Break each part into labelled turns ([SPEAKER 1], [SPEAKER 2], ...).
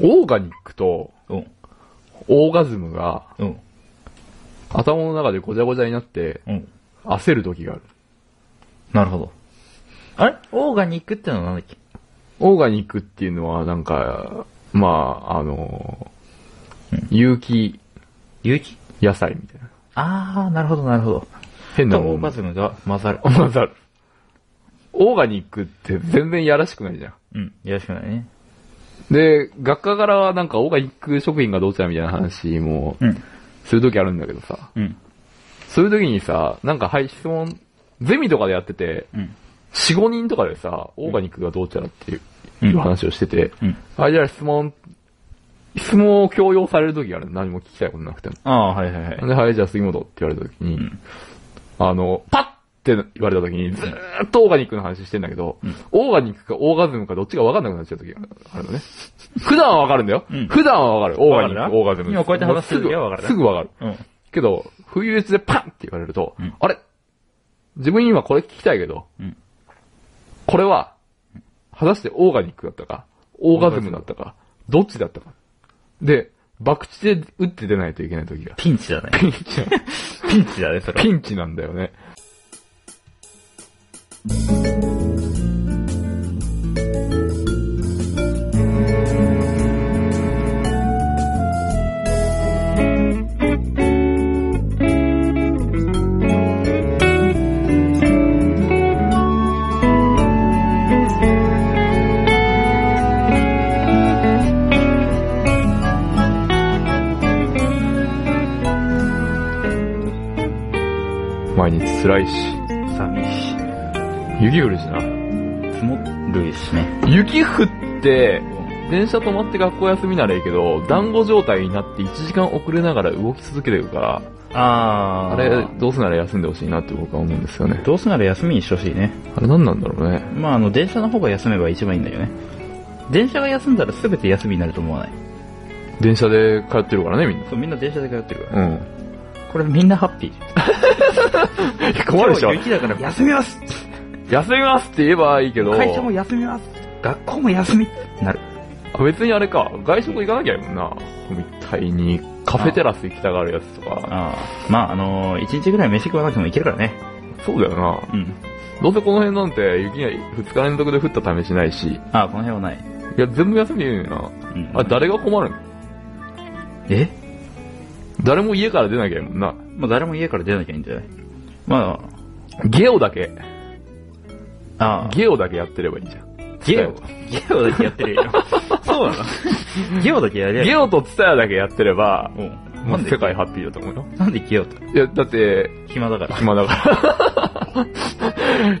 [SPEAKER 1] オーガニックと
[SPEAKER 2] うん。
[SPEAKER 1] オーガズムが
[SPEAKER 2] うん。
[SPEAKER 1] 頭の中でごちゃごちゃになって
[SPEAKER 2] うん。
[SPEAKER 1] 焦る時がある。
[SPEAKER 2] なるほど。あれオーガニックってのはなんだっけ
[SPEAKER 1] オーガニックっていうのはなんか、まあ、あのー有機
[SPEAKER 2] 有機
[SPEAKER 1] 野菜みたいな。
[SPEAKER 2] あー、なるほど、なるほど。
[SPEAKER 1] 変
[SPEAKER 2] と、
[SPEAKER 1] なも
[SPEAKER 2] オー
[SPEAKER 1] ん。
[SPEAKER 2] ガズムが混ざる。
[SPEAKER 1] 混ざる。オーガニックって全然やらしくないじゃん。
[SPEAKER 2] うん。よろしくないね。
[SPEAKER 1] で、学科からはなんかオーガニック食品がどうちゃみたいな話も
[SPEAKER 2] うん。
[SPEAKER 1] するときあるんだけどさ、
[SPEAKER 2] うん。
[SPEAKER 1] そういうときにさ、なんかはい、質問、ゼミとかでやってて、
[SPEAKER 2] うん。
[SPEAKER 1] 4、5人とかでさ、オーガニックがどうちゃらっていう,、
[SPEAKER 2] うん
[SPEAKER 1] いう話をしてて、
[SPEAKER 2] うん。
[SPEAKER 1] あ、じゃあ質問、質問を強要されるときがある何も聞きたいことなくても。
[SPEAKER 2] あー、はいはいはい。
[SPEAKER 1] で、はい、じゃあ杉本って言われたときに、
[SPEAKER 2] ん
[SPEAKER 1] あの、パッって言われたときに、ずーっとオーガニックの話してんだけど、
[SPEAKER 2] ん
[SPEAKER 1] オーガニックかオーガズムかどっちか分かんなくなっちゃうときがあ るのね。普段は分かるんだよ。
[SPEAKER 2] うん
[SPEAKER 1] 普段は分かる。オーガニック、
[SPEAKER 2] わかるな
[SPEAKER 1] オーガズム。
[SPEAKER 2] 今こうやって話してる時は
[SPEAKER 1] もう
[SPEAKER 2] 分かるな
[SPEAKER 1] すぐ分かる。
[SPEAKER 2] うん。
[SPEAKER 1] けど、不意打ちでパンって言われると、
[SPEAKER 2] うん
[SPEAKER 1] あれ自分今これ聞きたいけど、
[SPEAKER 2] うん
[SPEAKER 1] これは、果たしてオーガニックだったか、オーガズムだったか、どっちだったか。で、博打で打って出ないといけない時が。
[SPEAKER 2] ピンチだね。
[SPEAKER 1] ピンチ な、
[SPEAKER 2] ピンチだね、それは。
[SPEAKER 1] ピンチなんだよね。毎日辛いし、
[SPEAKER 2] 寒いし、
[SPEAKER 1] 雪降るしな。
[SPEAKER 2] 積もるしね。
[SPEAKER 1] 雪降って、電車止まって学校休みならいいけど、団子状態になって1時間遅れながら動き続けてるから、
[SPEAKER 2] あー。
[SPEAKER 1] あれ、どうせなら休んでほしいなって僕は思うんですよね。
[SPEAKER 2] どうせなら休みにしてほしいね。
[SPEAKER 1] あれ何なんだろうね。
[SPEAKER 2] まあ、あの、電車の方が休めば一番いいんだよね。電車が休んだら全て休みになると思わない。
[SPEAKER 1] 電車で通ってるからね、みんな。
[SPEAKER 2] そう、みんな電車で通ってるから。
[SPEAKER 1] うん。
[SPEAKER 2] これみんなハッピー。
[SPEAKER 1] 困るでしょ
[SPEAKER 2] 今日雪だから休みます
[SPEAKER 1] 休みますって言えばいいけど、
[SPEAKER 2] 会社も休みます学校も休みなる。
[SPEAKER 1] あ別にあれか、外食行かなきゃいいもんな。みたいに、カフェテラス行きたがるやつとか。
[SPEAKER 2] ああ。まあ、あのー一日ぐらい飯食わなくてもいけるからね。
[SPEAKER 1] そうだよな。
[SPEAKER 2] うん。
[SPEAKER 1] どうせこの辺なんて雪が2日連続で降った試しないし、い
[SPEAKER 2] ああ、この辺はない。
[SPEAKER 1] や、全部休みでいいよ
[SPEAKER 2] うん
[SPEAKER 1] な。あ、誰が困るの
[SPEAKER 2] え
[SPEAKER 1] 誰も家から出なきゃいいもんな。
[SPEAKER 2] まあ、誰も家から出なきゃいいんじゃないま
[SPEAKER 1] ゲオだけ、
[SPEAKER 2] あ、ああ。
[SPEAKER 1] ゲオだけやってればいいじゃん。
[SPEAKER 2] ゲオゲオだけやってるよ。 そうなのゲオだけやりゃ
[SPEAKER 1] ゲオとツタヤだけやってれば、
[SPEAKER 2] オ
[SPEAKER 1] も
[SPEAKER 2] な
[SPEAKER 1] うん
[SPEAKER 2] で
[SPEAKER 1] 世界ハッピーだと思うよ。
[SPEAKER 2] なんでゲオと
[SPEAKER 1] いや、だって、
[SPEAKER 2] 暇だから。
[SPEAKER 1] 暇だから。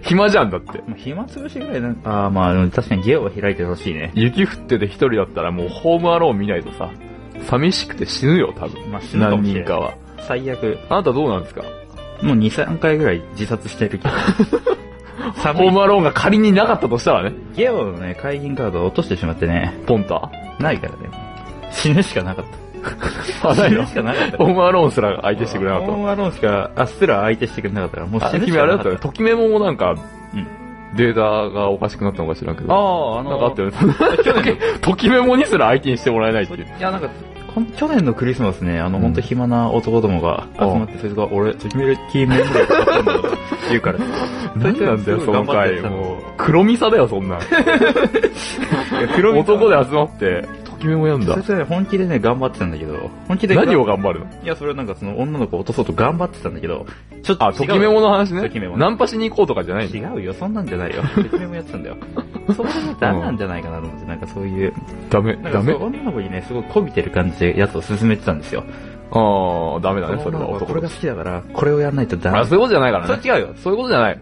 [SPEAKER 1] 暇じゃんだって。
[SPEAKER 2] まあ暇つぶしぐらいなんああ、まあ、でも確かにゲオは開いてほしいね。
[SPEAKER 1] 雪降ってて一人だったらもうホームアローン見ないとさ、寂しくて死ぬよ、多分。
[SPEAKER 2] まあ死ぬか
[SPEAKER 1] 何
[SPEAKER 2] もしれ
[SPEAKER 1] 人
[SPEAKER 2] ない
[SPEAKER 1] かは。
[SPEAKER 2] 最悪、
[SPEAKER 1] あなたどうなんですか
[SPEAKER 2] もう2、3回ぐらい自殺してるけど。
[SPEAKER 1] ホ
[SPEAKER 2] 寒
[SPEAKER 1] ー
[SPEAKER 2] い。
[SPEAKER 1] ムアローンが仮になかったとしたらね、
[SPEAKER 2] ゲオのね、会議カードを落としてしまってね、
[SPEAKER 1] ポンタ。
[SPEAKER 2] ないからね。死ぬしかなかった。
[SPEAKER 1] あ、ない
[SPEAKER 2] 死
[SPEAKER 1] の
[SPEAKER 2] ぬしかなかっ た。
[SPEAKER 1] ホームアローンすら相手してくれなかっ
[SPEAKER 2] ホームアローンしか、あ、すら相手してくれなかったから、もう
[SPEAKER 1] たの。
[SPEAKER 2] 死
[SPEAKER 1] あ、
[SPEAKER 2] ぬし
[SPEAKER 1] 君
[SPEAKER 2] か
[SPEAKER 1] あれ
[SPEAKER 2] な
[SPEAKER 1] だ
[SPEAKER 2] か
[SPEAKER 1] っ
[SPEAKER 2] ったた。
[SPEAKER 1] よ。ときめももなんか、
[SPEAKER 2] うん
[SPEAKER 1] データがおかしくなったのか知らんけど。
[SPEAKER 2] ああ、あ
[SPEAKER 1] なんかあ
[SPEAKER 2] の
[SPEAKER 1] った、よね。ときめもにすら相手にしてもらえないっていう。
[SPEAKER 2] いや、なんか、こん去年のクリスマスね、あの、ほんと暇な男どもが集まって、そいつが、俺、ときめきメンバーだったんだよ言うから。
[SPEAKER 1] 何なんだよ、その回。もう、黒みさだよ、そんなん。
[SPEAKER 2] 黒
[SPEAKER 1] 男で集まって、ときめもやんだ
[SPEAKER 2] そい。つはね、本気でね、頑張ってたんだけど、本気で
[SPEAKER 1] 何を頑張るの
[SPEAKER 2] いや、それはなんかその女の子を落とそうと頑張ってたんだけど、ちょっと違う。
[SPEAKER 1] あ、ときめもの話ね。
[SPEAKER 2] ときめも
[SPEAKER 1] ナンパしに行こうとかじゃないの
[SPEAKER 2] 違うよ、そんなんじゃ ないよ。ときめもやってたんだよ。そこでね、ダメなんじゃないかなと思って、なんかそういう、
[SPEAKER 1] ダメ、
[SPEAKER 2] なん
[SPEAKER 1] ダ
[SPEAKER 2] かそ
[SPEAKER 1] メ
[SPEAKER 2] う。女の子にね、すごい媚びてる感じでやつを勧めてたんですよ。
[SPEAKER 1] ああ、ダメだね、そ
[SPEAKER 2] こ
[SPEAKER 1] れ
[SPEAKER 2] の
[SPEAKER 1] は
[SPEAKER 2] 女の子
[SPEAKER 1] 男
[SPEAKER 2] こ
[SPEAKER 1] と
[SPEAKER 2] れが
[SPEAKER 1] し
[SPEAKER 2] 好きだから、これをやらないとダ
[SPEAKER 1] て
[SPEAKER 2] メ
[SPEAKER 1] あ、。そういうことじゃないからね。
[SPEAKER 2] それ違うよ。
[SPEAKER 1] そういうことじゃない。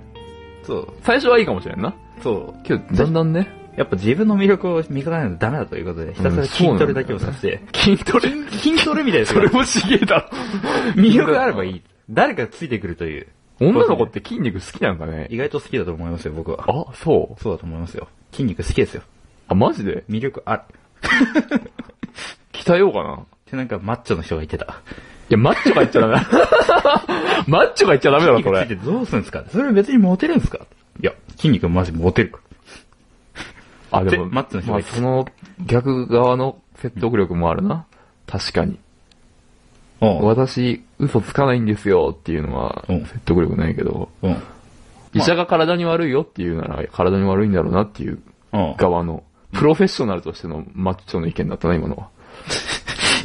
[SPEAKER 2] そう。
[SPEAKER 1] 最初はいいかもしれんな。
[SPEAKER 2] そう。
[SPEAKER 1] けど、だんだんね、
[SPEAKER 2] やっぱ自分の魅力を磨かないとダメだということで、ひたすら筋トレだけをさせて、
[SPEAKER 1] 筋トレ、
[SPEAKER 2] 筋トレみたいです
[SPEAKER 1] そ
[SPEAKER 2] よ
[SPEAKER 1] れ。もちげえだろ。
[SPEAKER 2] 魅力があればいい。誰かついてくるという。
[SPEAKER 1] 女の子って筋肉好きなんかね。
[SPEAKER 2] 意外と好きだと思いますよ、僕は。
[SPEAKER 1] あ、そう。
[SPEAKER 2] そうだと思いますよ。筋肉好きですよ。
[SPEAKER 1] あ、マジで
[SPEAKER 2] 魅力ある。
[SPEAKER 1] 鍛えようかな。
[SPEAKER 2] ってなんかマッチョの人が言ってた。
[SPEAKER 1] いや、マッチョが言っちゃダメだ。マッチョが言っちゃダメだろ、
[SPEAKER 2] 筋
[SPEAKER 1] そ
[SPEAKER 2] 肉つ
[SPEAKER 1] れ。
[SPEAKER 2] いてどうするんですかそれ別にモテるんですかいや、筋肉マジモテるから。
[SPEAKER 1] あ、でも、
[SPEAKER 2] でマッチョの人
[SPEAKER 1] ま
[SPEAKER 2] が
[SPEAKER 1] あ、
[SPEAKER 2] 言って
[SPEAKER 1] その、逆側の説得力もあるな。確かに。
[SPEAKER 2] うん。
[SPEAKER 1] 私、嘘つかないんですよっていうのは、
[SPEAKER 2] うん
[SPEAKER 1] 説得力ないけど、
[SPEAKER 2] うん。
[SPEAKER 1] 医者が体に悪いよっていうなら、体に悪いんだろうなっていう
[SPEAKER 2] うん。
[SPEAKER 1] 側の、プロフェッショナルとしてのマッチョの意見だったな、今のは。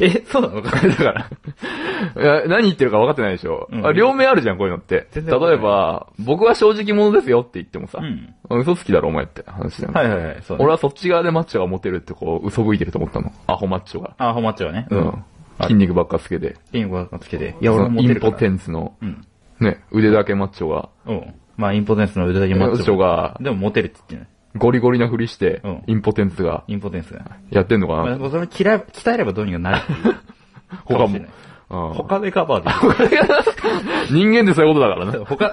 [SPEAKER 2] え、そうなのか
[SPEAKER 1] だから、いや何言ってるか分かってないでしょ。
[SPEAKER 2] うん
[SPEAKER 1] あ両面あるじゃん、こういうのって。例
[SPEAKER 2] 全然分かんな
[SPEAKER 1] え
[SPEAKER 2] い
[SPEAKER 1] ば、僕は正直者ですよって言ってもさ
[SPEAKER 2] う、ん。
[SPEAKER 1] 嘘つきだろ、お前って話じゃん。
[SPEAKER 2] はいはいはい、そう、ね。
[SPEAKER 1] 俺はそっち側でマッチョがモテるってこう、嘘吹いてると思ったの。アホマッチョが。
[SPEAKER 2] あ、ハマっちゃうね。
[SPEAKER 1] う。ん。筋肉ばっかつけて。
[SPEAKER 2] インポテンスつけて。い
[SPEAKER 1] い
[SPEAKER 2] や、俺もモ
[SPEAKER 1] イ
[SPEAKER 2] テ
[SPEAKER 1] ン
[SPEAKER 2] るか
[SPEAKER 1] ポ
[SPEAKER 2] ら。
[SPEAKER 1] テンツの、
[SPEAKER 2] うん。
[SPEAKER 1] ね、腕だけマッチョが、
[SPEAKER 2] うん。まあ、インポテンスの腕だけマ
[SPEAKER 1] マ
[SPEAKER 2] ッ
[SPEAKER 1] ッ
[SPEAKER 2] チ
[SPEAKER 1] チョ
[SPEAKER 2] ョ。
[SPEAKER 1] が、
[SPEAKER 2] でもモテるって言ってない。
[SPEAKER 1] ゴリゴリなふりして
[SPEAKER 2] うん、
[SPEAKER 1] インポテンツが、
[SPEAKER 2] インポテンスが。
[SPEAKER 1] やってんのか
[SPEAKER 2] ま
[SPEAKER 1] な
[SPEAKER 2] あ、それ嫌い鍛えればどうにかなるっていう。
[SPEAKER 1] 他
[SPEAKER 2] かし
[SPEAKER 1] も
[SPEAKER 2] れない。
[SPEAKER 1] うん
[SPEAKER 2] 他でカバーできる。
[SPEAKER 1] 人間ってそういうことだからな。
[SPEAKER 2] 他、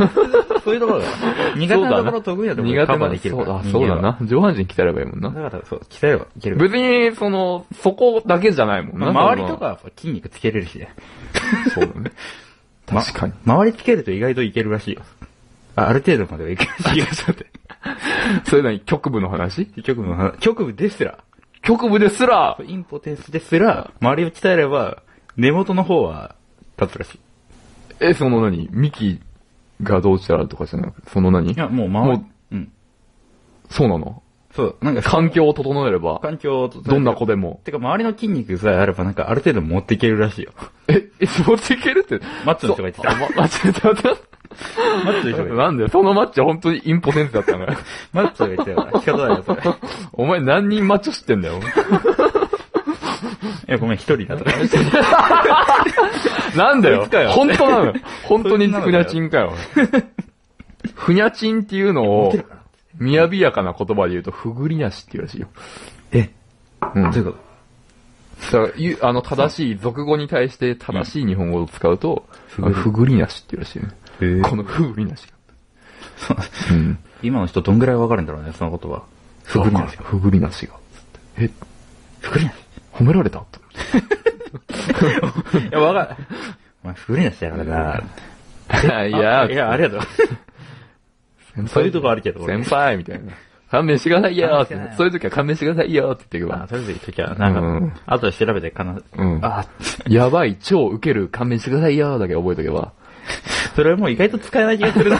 [SPEAKER 2] そういうところだから。苦手なところ得意なところで
[SPEAKER 1] 苦
[SPEAKER 2] カ
[SPEAKER 1] 手
[SPEAKER 2] バ
[SPEAKER 1] な
[SPEAKER 2] ーできる
[SPEAKER 1] そ
[SPEAKER 2] か
[SPEAKER 1] うだ
[SPEAKER 2] ら。、
[SPEAKER 1] そうだ
[SPEAKER 2] 人間は。
[SPEAKER 1] な。上半身鍛えればいいもんな。
[SPEAKER 2] だから、そう、鍛えればいける。
[SPEAKER 1] 別に、その、そこだけじゃないもん
[SPEAKER 2] ま
[SPEAKER 1] な。
[SPEAKER 2] あ周りと
[SPEAKER 1] か。
[SPEAKER 2] かは筋肉つけれるしね。
[SPEAKER 1] そう だね。
[SPEAKER 2] ま
[SPEAKER 1] 確かに。
[SPEAKER 2] 周りつけると意外といけるらしいよ。あある程度まではいけるらしいよ。ちょっと待
[SPEAKER 1] そういうのに局部の話
[SPEAKER 2] って。局部の話、局部ですら、
[SPEAKER 1] 局部ですら、
[SPEAKER 2] インポテンスですら、周りを鍛えれば、根元の方は立つらしい。
[SPEAKER 1] え、その何幹がどうしたらとかじゃなくて、その何
[SPEAKER 2] いや、もう
[SPEAKER 1] も
[SPEAKER 2] 周
[SPEAKER 1] う
[SPEAKER 2] り、うん。
[SPEAKER 1] そうなの
[SPEAKER 2] そう、なんか、
[SPEAKER 1] 環境を整えれば、
[SPEAKER 2] 環境を整えて
[SPEAKER 1] どんな子でも。
[SPEAKER 2] てか、周りの筋肉さえあれば、なんか、ある程度持っていけるらしいよ。
[SPEAKER 1] え、え、持っていけるって。
[SPEAKER 2] マッチョの人が言
[SPEAKER 1] あ
[SPEAKER 2] ってた。
[SPEAKER 1] ま間違えた、間違え
[SPEAKER 2] マッチョ
[SPEAKER 1] た。
[SPEAKER 2] の人が言って
[SPEAKER 1] なんだよ、そのマッチョ本当にインポテンツだったんだ よ。
[SPEAKER 2] た。マッチョが言ってた。仕方ないよ、それ。
[SPEAKER 1] お前何人マッチョ知ってんだよ。
[SPEAKER 2] いや、ごめん、一人だとか。
[SPEAKER 1] なんだ
[SPEAKER 2] こ
[SPEAKER 1] よ
[SPEAKER 2] いつかよ。
[SPEAKER 1] 本当なのよ。本当に
[SPEAKER 2] そいつ
[SPEAKER 1] ふ
[SPEAKER 2] なのか
[SPEAKER 1] に
[SPEAKER 2] よ
[SPEAKER 1] ゃちんか よ。ふにゃちんっていうのを、雅やかな言葉で言うと、ふぐりなしっていうらしいよ。
[SPEAKER 2] え、
[SPEAKER 1] うん。
[SPEAKER 2] どう
[SPEAKER 1] だ
[SPEAKER 2] い
[SPEAKER 1] か
[SPEAKER 2] うこと
[SPEAKER 1] ら、ゆあの、正しい、俗語に対して正しい日本語を使うと、
[SPEAKER 2] うんふぐり
[SPEAKER 1] ふぐりなしっていうらしいよね。
[SPEAKER 2] へ
[SPEAKER 1] このふぐりなし が。うん。
[SPEAKER 2] 今の人どんぐらいわかるんだろうね、その言葉。ふぐりなし。
[SPEAKER 1] ふぐりなしが。つってえ、
[SPEAKER 2] ふぐりなし。
[SPEAKER 1] 褒められたと思って
[SPEAKER 2] いや、わかる。 お前、ふぐりなしだからな。
[SPEAKER 1] いや
[SPEAKER 2] あいや、ありがとう。そういうとこあるけど俺
[SPEAKER 1] 先輩みたいな。勘弁してくださいよーっ
[SPEAKER 2] 勘弁してくださ
[SPEAKER 1] て。そう
[SPEAKER 2] いよ
[SPEAKER 1] いう時は勘弁してくださいよーって言って
[SPEAKER 2] まあ、
[SPEAKER 1] く
[SPEAKER 2] とりあえず言っときゃ、なんか、
[SPEAKER 1] うん
[SPEAKER 2] 後で調べてかな、
[SPEAKER 1] うん
[SPEAKER 2] あ、
[SPEAKER 1] ば。やばい、超ウケる、勘弁してくださいよーだけ覚えとけば。
[SPEAKER 2] それはもう意外と使えない気がす るな。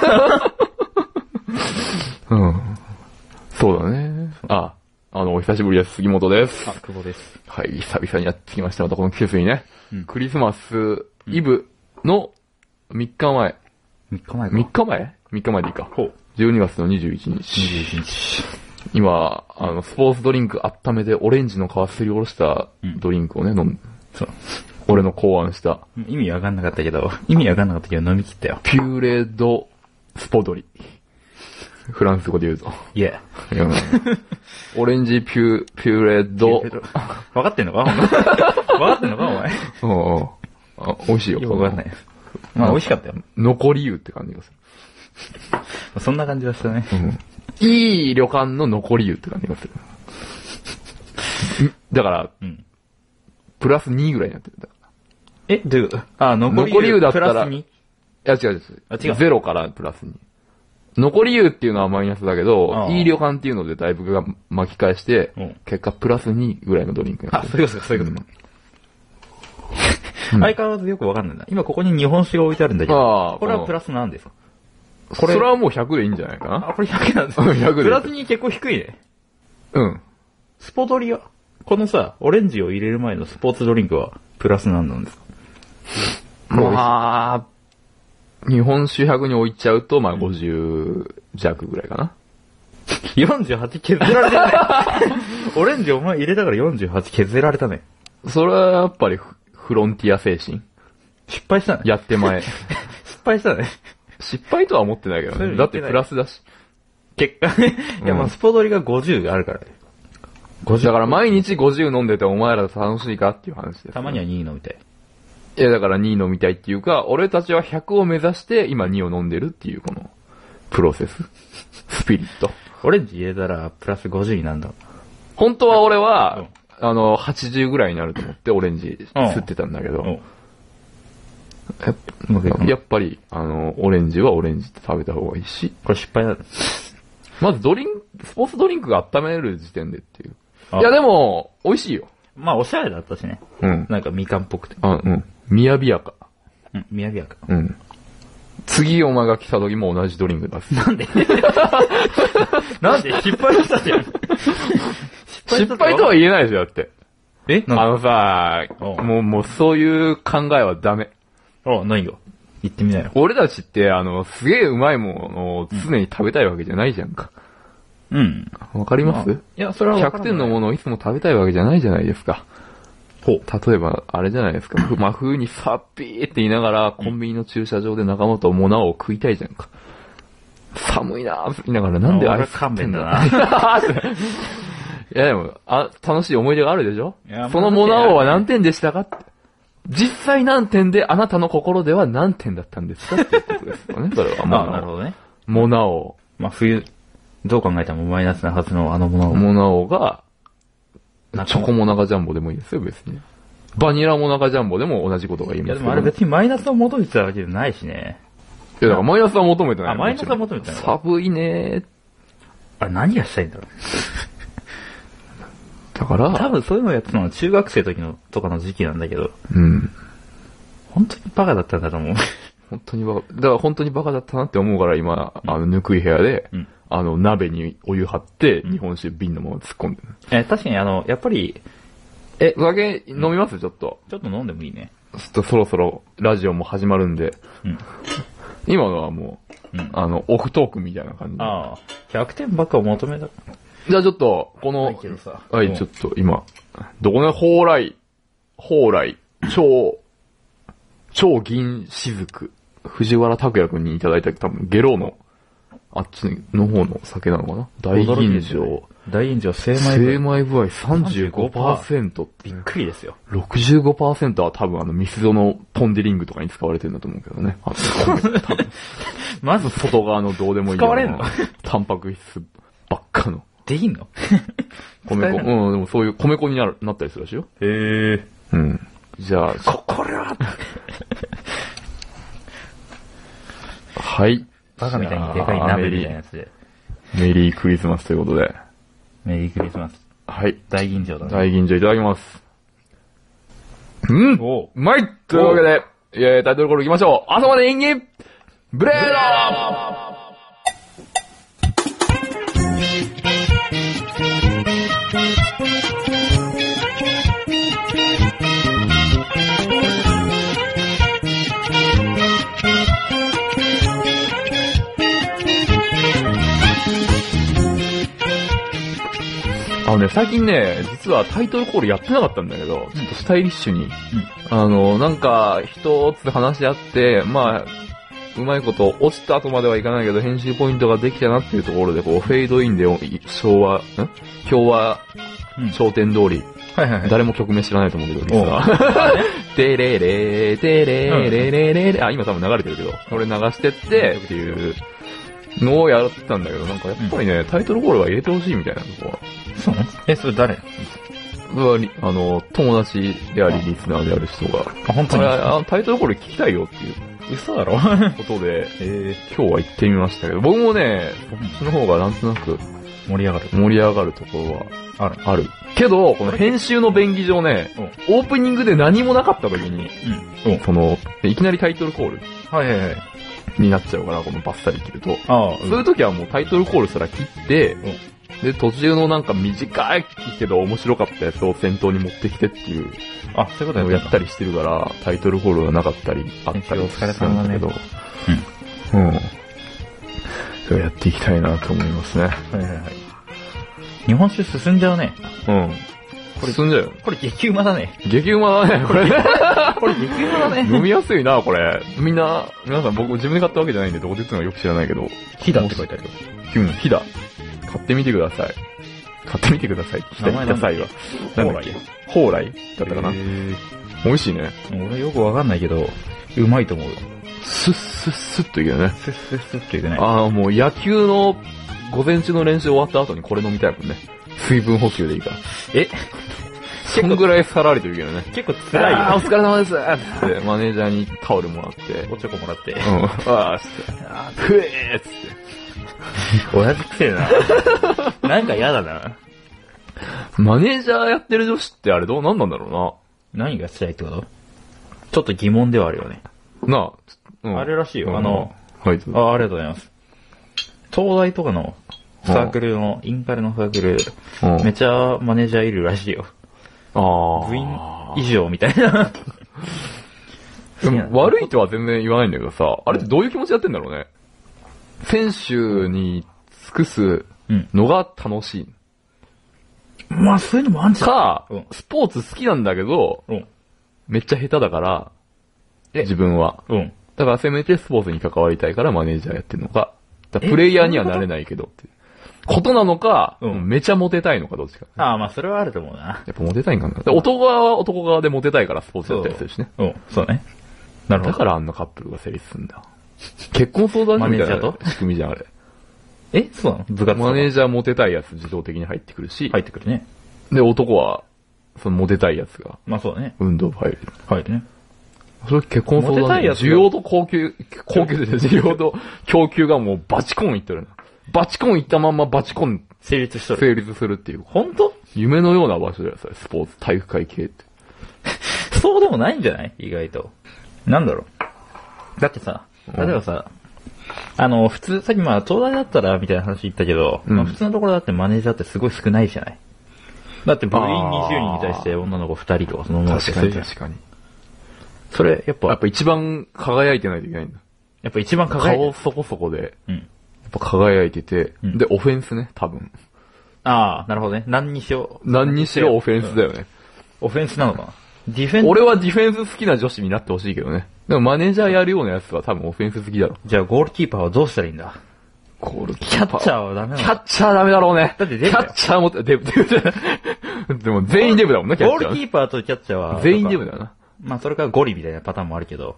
[SPEAKER 1] うん。そうだね。あ、あの、お久しぶりです。杉本です。
[SPEAKER 2] あ、久保です。
[SPEAKER 1] はい、久々にやってきました。またこの季節にね。
[SPEAKER 2] うん
[SPEAKER 1] クリスマスイブの3日前。
[SPEAKER 2] 3日前か。
[SPEAKER 1] 3日前 ?3 日前でいいか。12月の21日。
[SPEAKER 2] 21日。
[SPEAKER 1] 今、あの、スポーツドリンク温めてオレンジの皮すりおろしたドリンクをね、飲む。
[SPEAKER 2] そう。
[SPEAKER 1] 俺の考案した、
[SPEAKER 2] 意味わかんなかったけど、意味わかんなかったけど飲み切ったよ。
[SPEAKER 1] ピューレドスポドリ。フランス語で言う と。
[SPEAKER 2] いや。
[SPEAKER 1] うんオレンジピュー、ピューレド、
[SPEAKER 2] 分かってんのか 分かってんのかお前。
[SPEAKER 1] うんうんあ美味しいよ。
[SPEAKER 2] よくわかんない。まあ、美味しかったよ。
[SPEAKER 1] 残り湯って感じがす
[SPEAKER 2] そんな感じはしたね。
[SPEAKER 1] る。いい旅館の残り湯って感じがす る。んだから、
[SPEAKER 2] うん。
[SPEAKER 1] プラス2ぐらいになってるんだ。
[SPEAKER 2] え、どういうことあ、残り
[SPEAKER 1] 残り湯だったら
[SPEAKER 2] プラスに
[SPEAKER 1] いや、違う違う。
[SPEAKER 2] あ違う
[SPEAKER 1] ゼロからプラスに。残り湯っていうのはマイナスだけど
[SPEAKER 2] あ、あ
[SPEAKER 1] いい旅館っていうのでだいぶが巻き返して
[SPEAKER 2] うん、
[SPEAKER 1] 結果プラス2ぐらいのドリンクになっ
[SPEAKER 2] あ、
[SPEAKER 1] てる
[SPEAKER 2] そういうことか、そういうことか。相変わらずよくわかんないな。今ここに日本酒が置いてあるんだけ
[SPEAKER 1] あ
[SPEAKER 2] ど
[SPEAKER 1] ー、
[SPEAKER 2] こ
[SPEAKER 1] こ
[SPEAKER 2] れは
[SPEAKER 1] の
[SPEAKER 2] プラスなんですか
[SPEAKER 1] これそれはもう100でいいんじゃないか
[SPEAKER 2] あ、
[SPEAKER 1] な
[SPEAKER 2] これ100なんです
[SPEAKER 1] 100で
[SPEAKER 2] プラスに結構低いね。
[SPEAKER 1] うん。
[SPEAKER 2] スポドリはこのさ、オレンジを入れる前のスポーツドリンクは、プラスなんなんですか
[SPEAKER 1] まあ、日本酒100に置いちゃうと、まあ50弱ぐらいかな。
[SPEAKER 2] ?48 削られたね。 オレンジお前入れたから48削られたね。
[SPEAKER 1] それはやっぱりフフロンティア精神。
[SPEAKER 2] 失敗したね。
[SPEAKER 1] やって 前。
[SPEAKER 2] 失敗したね。
[SPEAKER 1] 失敗とは思ってないけど
[SPEAKER 2] そういう
[SPEAKER 1] ね。
[SPEAKER 2] の
[SPEAKER 1] だ
[SPEAKER 2] 言
[SPEAKER 1] っ
[SPEAKER 2] って
[SPEAKER 1] て
[SPEAKER 2] ない
[SPEAKER 1] プラスだし。
[SPEAKER 2] 結果ね。いや、
[SPEAKER 1] うん
[SPEAKER 2] まあスポドリが50あるからね。
[SPEAKER 1] だから毎日50飲んでてお前ら楽しいかっていう話です。
[SPEAKER 2] たまには2位のみたい。
[SPEAKER 1] いやだから2飲みたいっていうか、俺たちは100を目指して今2を飲んでるっていうこの、プロセス。スピリット。
[SPEAKER 2] オレンジ入れたら、プラス50になるんだ。
[SPEAKER 1] 本当は俺は、あの、80ぐらいになると思ってオレンジ吸ってたんだけど、
[SPEAKER 2] うん。
[SPEAKER 1] やっ
[SPEAKER 2] うまくいかない
[SPEAKER 1] やっぱり、あの、オレンジはオレンジって食べた方がいいし、
[SPEAKER 2] これ失敗だね。
[SPEAKER 1] まずドリンク、スポーツドリンクが温める時点でっていう。
[SPEAKER 2] あ
[SPEAKER 1] いやでも、美味しいよ。
[SPEAKER 2] まあ、おしゃれだったしね。
[SPEAKER 1] うん。
[SPEAKER 2] なんか、みかんっぽくて。
[SPEAKER 1] あ、うん。みやびやか。
[SPEAKER 2] うん、宮城やか。
[SPEAKER 1] うん。次お前が来た時も同じドリンク出す。
[SPEAKER 2] なんでなんで 失敗したじゃん。
[SPEAKER 1] 失敗とは
[SPEAKER 2] 言
[SPEAKER 1] 言えないですよ、だって。
[SPEAKER 2] え
[SPEAKER 1] あ
[SPEAKER 2] なん
[SPEAKER 1] のさ、
[SPEAKER 2] うん
[SPEAKER 1] もう、もうそういう考えはダメ。
[SPEAKER 2] あ、ないよ。言ってみなよ。
[SPEAKER 1] 俺たちって、あの、すげえうまいものを常に食べたいわけじゃないじゃんか。
[SPEAKER 2] うん。
[SPEAKER 1] わかります、
[SPEAKER 2] あいや、それはわか
[SPEAKER 1] ?100
[SPEAKER 2] らない
[SPEAKER 1] 点のものをいつも食べたいわけじゃないじゃないですか。
[SPEAKER 2] ほう。
[SPEAKER 1] 例えば、あれじゃない ですか。ふ真風にさっぴーって言いながら、コンビニの駐車場で仲間とモナを食いたいじゃんか。寒いなーって言いながら、なんであれ
[SPEAKER 2] 俺
[SPEAKER 1] 食
[SPEAKER 2] 勘
[SPEAKER 1] ってん
[SPEAKER 2] 弁だ
[SPEAKER 1] だ
[SPEAKER 2] な。
[SPEAKER 1] いやでも、あ、楽しい思い出があるでしょ
[SPEAKER 2] いや
[SPEAKER 1] そのモナ王は何点でしたかって。実際何点で、あなたの心では何点だったんですかっていうことですよね、それは。
[SPEAKER 2] まあ、なるほどね。
[SPEAKER 1] モナ王。
[SPEAKER 2] まあ、冬、どう考えてもマイナスなはずのあのものを。
[SPEAKER 1] モナ王が、
[SPEAKER 2] なんか
[SPEAKER 1] チョコモナカジャンボでもいいですよ、別に。バニラモナカジャンボでも同じことが言い
[SPEAKER 2] い
[SPEAKER 1] ま
[SPEAKER 2] や、
[SPEAKER 1] す
[SPEAKER 2] で
[SPEAKER 1] け
[SPEAKER 2] も
[SPEAKER 1] ど
[SPEAKER 2] あれ別にマイナスを求めてたわけじゃないしね。
[SPEAKER 1] いや、だからマイナスは求めてない。
[SPEAKER 2] あマイナスは求めてない
[SPEAKER 1] もちろん寒いね
[SPEAKER 2] あれ何がしたいんだろう。
[SPEAKER 1] ーだから、
[SPEAKER 2] 多分そういうのをやってたのは中学生の時の、とかの時期なんだけど、
[SPEAKER 1] うん。
[SPEAKER 2] 本当にバカだったんだと思う。
[SPEAKER 1] 本当にバカ、だから本当にバカだったなって思うから今、あの、ぬくい部屋で、
[SPEAKER 2] うん
[SPEAKER 1] あの、鍋にお湯張って、
[SPEAKER 2] ん
[SPEAKER 1] 日本酒瓶のまま突っ込んでる。
[SPEAKER 2] え、確かにあの、やっぱり、
[SPEAKER 1] お酒飲みますちょっと。
[SPEAKER 2] ちょっと飲んでもいいね。
[SPEAKER 1] ちょっとそろそろラジオも始まるんで、
[SPEAKER 2] うん。
[SPEAKER 1] 今のはもう、
[SPEAKER 2] うん
[SPEAKER 1] あの、オフトークみたいな感じで。
[SPEAKER 2] ああ、100点ばっかを求めた。
[SPEAKER 1] じゃあちょっと、この、
[SPEAKER 2] ないけどさ
[SPEAKER 1] は
[SPEAKER 2] う
[SPEAKER 1] い、
[SPEAKER 2] ん
[SPEAKER 1] ちょっと今、どこね、蓬莱、蓬莱、超、超銀雫、藤原拓也くんにいただいた多分、ゲロの、あっちの方の酒なのかな大吟醸。。
[SPEAKER 2] 大吟醸、精米
[SPEAKER 1] 精
[SPEAKER 2] 部。
[SPEAKER 1] 米具合35%。
[SPEAKER 2] びっくりですよ。
[SPEAKER 1] 65%は多分あの、ミスドのポンデリングとかに使われてるんだと思うけどね。あ 多分
[SPEAKER 2] まず、
[SPEAKER 1] 外側のどうでもいいような。
[SPEAKER 2] 使われんの
[SPEAKER 1] タンパク質ばっかの。
[SPEAKER 2] できんの
[SPEAKER 1] 米粉、
[SPEAKER 2] 使えな
[SPEAKER 1] うん、でもそういう米粉になるなったりするらしいよ。
[SPEAKER 2] へえ。
[SPEAKER 1] うん。じゃあ、
[SPEAKER 2] こ、これは、
[SPEAKER 1] はい。
[SPEAKER 2] バカみたいにでかい鍋みたいなやつで。
[SPEAKER 1] メリーメリークリスマスということで。
[SPEAKER 2] メリークリスマス。
[SPEAKER 1] はい。
[SPEAKER 2] 大吟醸だね。
[SPEAKER 1] 大吟醸いただきます。うんう
[SPEAKER 2] おう
[SPEAKER 1] まいというわけで、えー、タイトルコール行きましょう朝まで演技ブレードあのね、最近ね、実はタイトルコールやってなかったんだけど、ちょっとスタイリッシュに、あの、なんか、一つ話し合って、まあ、うまいこと、落ちた後まではいかないけど、編集ポイントができたなっていうところで、こう、フェードインで、昭和、ん昭和
[SPEAKER 2] うん
[SPEAKER 1] 商店通り、
[SPEAKER 2] はいはいはい。
[SPEAKER 1] 誰も曲名知らないと思うけど、リス
[SPEAKER 2] おう
[SPEAKER 1] ナーテレレテレレレレレあ、今多分流れてるけど、これ流してって、っていうのをやったんだけど、なんかやっぱりね、タイトルコールは入れてほしいみたいなとこは
[SPEAKER 2] そう え、それ誰
[SPEAKER 1] うわりあの、友達であり、リスナーである人が、
[SPEAKER 2] あ、本
[SPEAKER 1] こ
[SPEAKER 2] 当
[SPEAKER 1] れ
[SPEAKER 2] に。
[SPEAKER 1] あタイトルコール聞きたいよっていう
[SPEAKER 2] 嘘 だろ
[SPEAKER 1] ことで、
[SPEAKER 2] え
[SPEAKER 1] 今日は行ってみましたけど、僕もね、そっちの方がなんとなく
[SPEAKER 2] 盛り上がる。
[SPEAKER 1] 盛り上がるところは
[SPEAKER 2] ある。
[SPEAKER 1] ある。けど、この編集の便宜上ね、オープニングで何もなかった時に、
[SPEAKER 2] うん。うん。
[SPEAKER 1] その、いきなりタイトルコール
[SPEAKER 2] はいはいはい。
[SPEAKER 1] になっちゃうから、このバッサリ切ると。
[SPEAKER 2] ああ、
[SPEAKER 1] そういう時はもうタイトルコールすら切って
[SPEAKER 2] ん、
[SPEAKER 1] で、途中のなんか短いけど面白かったやつを先頭に持ってきてっていう
[SPEAKER 2] あ、そういうこと
[SPEAKER 1] のをや
[SPEAKER 2] や
[SPEAKER 1] っ
[SPEAKER 2] ったた
[SPEAKER 1] りしてるから、タイトルコールがなかったり、あったり
[SPEAKER 2] お疲れ様だ
[SPEAKER 1] する
[SPEAKER 2] ね
[SPEAKER 1] んだけど、うん。それやっていきたいなと思いますね。
[SPEAKER 2] はいはいはい。日本酒進んじゃうね。
[SPEAKER 1] うん。これ進んじゃうよ。
[SPEAKER 2] これ激うまだね。
[SPEAKER 1] 激うまだね、これ。
[SPEAKER 2] これ激うまだね。
[SPEAKER 1] 飲みやすいな、これ。みんな、皆さん僕自分で買ったわけじゃないんで、どこで売ってるのかよく知らないけど、
[SPEAKER 2] 木だって書いてあるよ。
[SPEAKER 1] キュン、ヒダ。買ってみてください。買ってみてください。来て
[SPEAKER 2] 名
[SPEAKER 1] く
[SPEAKER 2] 前
[SPEAKER 1] ださいは。
[SPEAKER 2] なんだ
[SPEAKER 1] なんだっけ蓬莱だったかな。美味しいね。
[SPEAKER 2] 俺よくわかんないけど、うまいと思うよ。
[SPEAKER 1] スッスッスッといけるね。
[SPEAKER 2] スッスッスッって言ってね。
[SPEAKER 1] ああ、もう野球の午前中の練習終わった後にこれ飲みたいもんね。水分補給でいいから。
[SPEAKER 2] え
[SPEAKER 1] そんぐらいさらりといけるね。
[SPEAKER 2] 結構
[SPEAKER 1] ああ、お
[SPEAKER 2] 辛いよ。
[SPEAKER 1] 疲れ様ですつって、マネージャーにタオルもらって。うん
[SPEAKER 2] おちょこもらって。。
[SPEAKER 1] ああ、つって。ふえーっつって。
[SPEAKER 2] おやつくせえな。なんか嫌だな。
[SPEAKER 1] マネージャーやってる女子ってあれどうなんなんだろ
[SPEAKER 2] 何が辛いってことちょっと疑問ではあるよね。
[SPEAKER 1] うな。なあ、ちょうん
[SPEAKER 2] あれらしいよ。あの、、
[SPEAKER 1] うんはい、
[SPEAKER 2] あありがとうございます。東大とかのサークルの、インカレのサークル、
[SPEAKER 1] うん
[SPEAKER 2] めちゃマネージャーいるらしいよ。
[SPEAKER 1] ああ。
[SPEAKER 2] 部員以上みたいな。
[SPEAKER 1] で
[SPEAKER 2] 好きな
[SPEAKER 1] も悪いとは全然言わないんだけどさ、あれってどういう気持ちでやってんだろうね。選手に尽くす
[SPEAKER 2] うん。
[SPEAKER 1] のが楽しい。
[SPEAKER 2] まあそういうのもあんじゃん。
[SPEAKER 1] か
[SPEAKER 2] うん、
[SPEAKER 1] スポーツ好きなんだけど、
[SPEAKER 2] うん。
[SPEAKER 1] めっちゃ下手だから、
[SPEAKER 2] え
[SPEAKER 1] 自分は。
[SPEAKER 2] うん。
[SPEAKER 1] だからせめてスポーツに関わりたいからマネージャーやってるのか。だからプレイヤーにはなれないけどって。ことなのか、
[SPEAKER 2] うん
[SPEAKER 1] めちゃモテたいのかどっちか。
[SPEAKER 2] ああ、まあそれはあると思うな。
[SPEAKER 1] やっぱモテたいんかな。で男側は男側でモテたいからスポーツやったりするしね。
[SPEAKER 2] うん、そうね。なるほ
[SPEAKER 1] だ
[SPEAKER 2] ど。
[SPEAKER 1] からあんなカップルが成立するんだ。結婚相談所みたい
[SPEAKER 2] マネージ
[SPEAKER 1] な
[SPEAKER 2] ャー
[SPEAKER 1] 仕組みじゃん、あれ。
[SPEAKER 2] え、そうなの部活とか
[SPEAKER 1] マネージャーモテたいやつ自動的に入ってくるし、
[SPEAKER 2] 入ってくるね。
[SPEAKER 1] で、男は、そのモテたいやつが
[SPEAKER 2] まあそうだね。
[SPEAKER 1] 運動部入る。
[SPEAKER 2] 入るね。
[SPEAKER 1] それ結婚相
[SPEAKER 2] モテた
[SPEAKER 1] 談
[SPEAKER 2] いやつ
[SPEAKER 1] 所需
[SPEAKER 2] が
[SPEAKER 1] 要と高級、高級で需要と供給がもうバチコンいってるな。バチコンいったまんまバチコン
[SPEAKER 2] 成立しとる。
[SPEAKER 1] 成立するっていう、
[SPEAKER 2] 本当
[SPEAKER 1] 夢のような場所だよ、それ。スポーツ、体育会系って。
[SPEAKER 2] そうでもないんじゃない意外と。なんだろう。だってさ、
[SPEAKER 1] う
[SPEAKER 2] 例
[SPEAKER 1] ん
[SPEAKER 2] えばさ、あの、普通、さっきまあ、東大だったら、みたいな話言ったけど、
[SPEAKER 1] うん
[SPEAKER 2] まあ普通のところだってマネージャーってすごい少ないじゃないだって部員
[SPEAKER 1] あー
[SPEAKER 2] 20人に対して女の子2人とかそのまま
[SPEAKER 1] かに。
[SPEAKER 2] それ、やっぱ、
[SPEAKER 1] やっぱ一番輝いてないといけないんだ。
[SPEAKER 2] やっぱ一番輝いて
[SPEAKER 1] 顔そこそこで、や
[SPEAKER 2] うん。
[SPEAKER 1] っぱ輝いてて、
[SPEAKER 2] うん
[SPEAKER 1] で、オフェンスね、多分。
[SPEAKER 2] ああ、なるほどね。何にしよう。
[SPEAKER 1] 何にしろオフェンスだよね。
[SPEAKER 2] オフェンスなのかなディフェンス
[SPEAKER 1] 俺はディフェンス好きな女子になってほしいけどね。でもマネージャーやるようなやつは多分オフェンス好きだろ。
[SPEAKER 2] じゃあゴールキーパーはどうしたらいいんだ
[SPEAKER 1] ゴールキ
[SPEAKER 2] キャッチャーはダメ
[SPEAKER 1] ー
[SPEAKER 2] な
[SPEAKER 1] キ
[SPEAKER 2] の
[SPEAKER 1] ャッチャーダメだろうね。
[SPEAKER 2] だってデブ
[SPEAKER 1] キ
[SPEAKER 2] だ
[SPEAKER 1] ャ
[SPEAKER 2] よ
[SPEAKER 1] ッチャーも、デブ、デブじゃない でも全員デブだもんね、キャ
[SPEAKER 2] ゴ
[SPEAKER 1] ッチ
[SPEAKER 2] ー
[SPEAKER 1] ャ
[SPEAKER 2] ル
[SPEAKER 1] ー
[SPEAKER 2] キーパーとキャッチャーは
[SPEAKER 1] は。。全員デブだよ
[SPEAKER 2] とか。
[SPEAKER 1] な。
[SPEAKER 2] まあそれからゴリみたいなパターンもあるけど。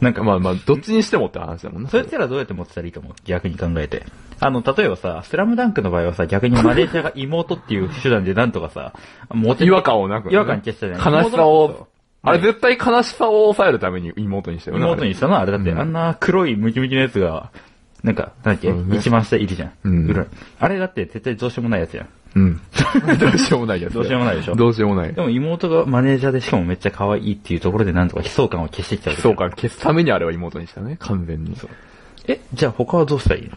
[SPEAKER 2] なんか
[SPEAKER 1] まあまあ、どっちにしてもって話だもんな。
[SPEAKER 2] そいつらどうやって持ってたらいいと思う逆に考えて。あの、例えばさ、スラムダンクの場合はさ、逆にマネージャーが妹っていう手段でなんとかさ、持て
[SPEAKER 1] 違和感をなく、
[SPEAKER 2] 違和感消したじゃない
[SPEAKER 1] 悲しさ
[SPEAKER 2] そう
[SPEAKER 1] を、あれ絶対悲しさを抑えるために妹にしたよね。
[SPEAKER 2] 妹にしたのはあれだって、
[SPEAKER 1] うん
[SPEAKER 2] あんな黒いムキムキのやつが、なんか、なんだっけ、
[SPEAKER 1] そうね
[SPEAKER 2] 一番下いるじゃん。
[SPEAKER 1] うん
[SPEAKER 2] 裏あれだって絶対どうしようもないやつじゃん。
[SPEAKER 1] うん。 どうしようもないやつ。
[SPEAKER 2] どうしようもないでしょ
[SPEAKER 1] どうしようもない
[SPEAKER 2] で。も妹がマネージャーでしかもめっちゃ可愛いっていうところでなんとか悲壮感を消してきたわけじゃ
[SPEAKER 1] そ
[SPEAKER 2] ん
[SPEAKER 1] うか、消すためにあれは妹にしたね、完全に。
[SPEAKER 2] え、じゃあ他はどうしたらいいの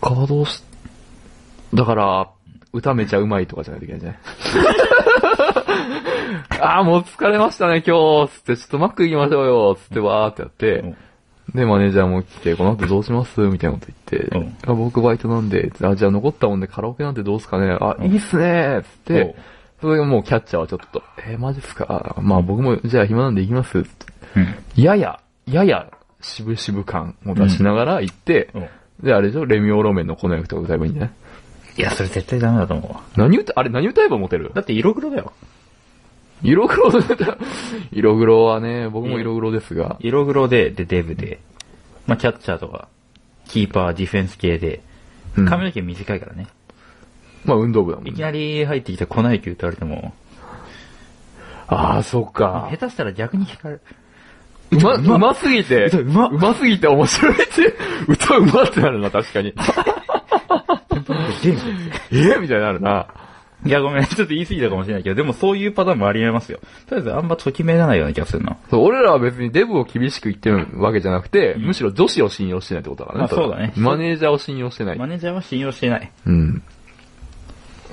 [SPEAKER 1] 他はどうし、だから、歌めちゃうまいとかじゃないといけないじゃない ああ、もう疲れましたね、今日、つって、ちょっとマック行きましょうよ、つってわーってやって、
[SPEAKER 2] うん
[SPEAKER 1] で、マネージャーも来て、この後どうしますみたいなこと言って、
[SPEAKER 2] うん
[SPEAKER 1] あ僕バイトなんで、あ、じゃあ残ったもんでカラオケなんてどうすかね、あ、
[SPEAKER 2] うん
[SPEAKER 1] いいっすねつっ
[SPEAKER 2] おう
[SPEAKER 1] て、それがもうキャッチャーはちょっと、えーマジっすかまあ僕も、じゃあ暇なんで行きますつって
[SPEAKER 2] うん。
[SPEAKER 1] やや、やや、渋々感を出しながら行って、
[SPEAKER 2] うん。い
[SPEAKER 1] で、あれでしょレミオロメンのこの役とか歌えばいいんじゃない
[SPEAKER 2] や、それ絶対ダメだと思うわ。
[SPEAKER 1] 何歌、あれ何歌えばモテる
[SPEAKER 2] だって色黒だよ。
[SPEAKER 1] 色黒だったら、 色黒はね、僕も色黒ですが、
[SPEAKER 2] 色黒で、で、デブで、まあ、キャッチャーとか、キーパー、ディフェンス系で、
[SPEAKER 1] うん
[SPEAKER 2] 髪の毛短いからね。
[SPEAKER 1] まあ運動部だもん
[SPEAKER 2] いき
[SPEAKER 1] ね。
[SPEAKER 2] なり入ってきた粉雪打たれても、
[SPEAKER 1] ああ、そっか
[SPEAKER 2] 下。手したら逆に惹かれる。
[SPEAKER 1] うま、うますぎて、
[SPEAKER 2] 歌うま
[SPEAKER 1] すぎて面白いって、 歌うまってなるな、確かに。 えみたいになるな。
[SPEAKER 2] いや、ごめん、ちょっと言い過ぎたかもしれないけど、でもそういうパターンもありえますよ。とりあえずあんまときめらないような気がするな。
[SPEAKER 1] そう、俺らは別にデブを厳しく言ってるわけじゃなくて、むしろ女子を信用してないってことだからね。
[SPEAKER 2] あそうだね
[SPEAKER 1] マネージャーを信用してない
[SPEAKER 2] マ。ネージャーは信用してない。
[SPEAKER 1] うん。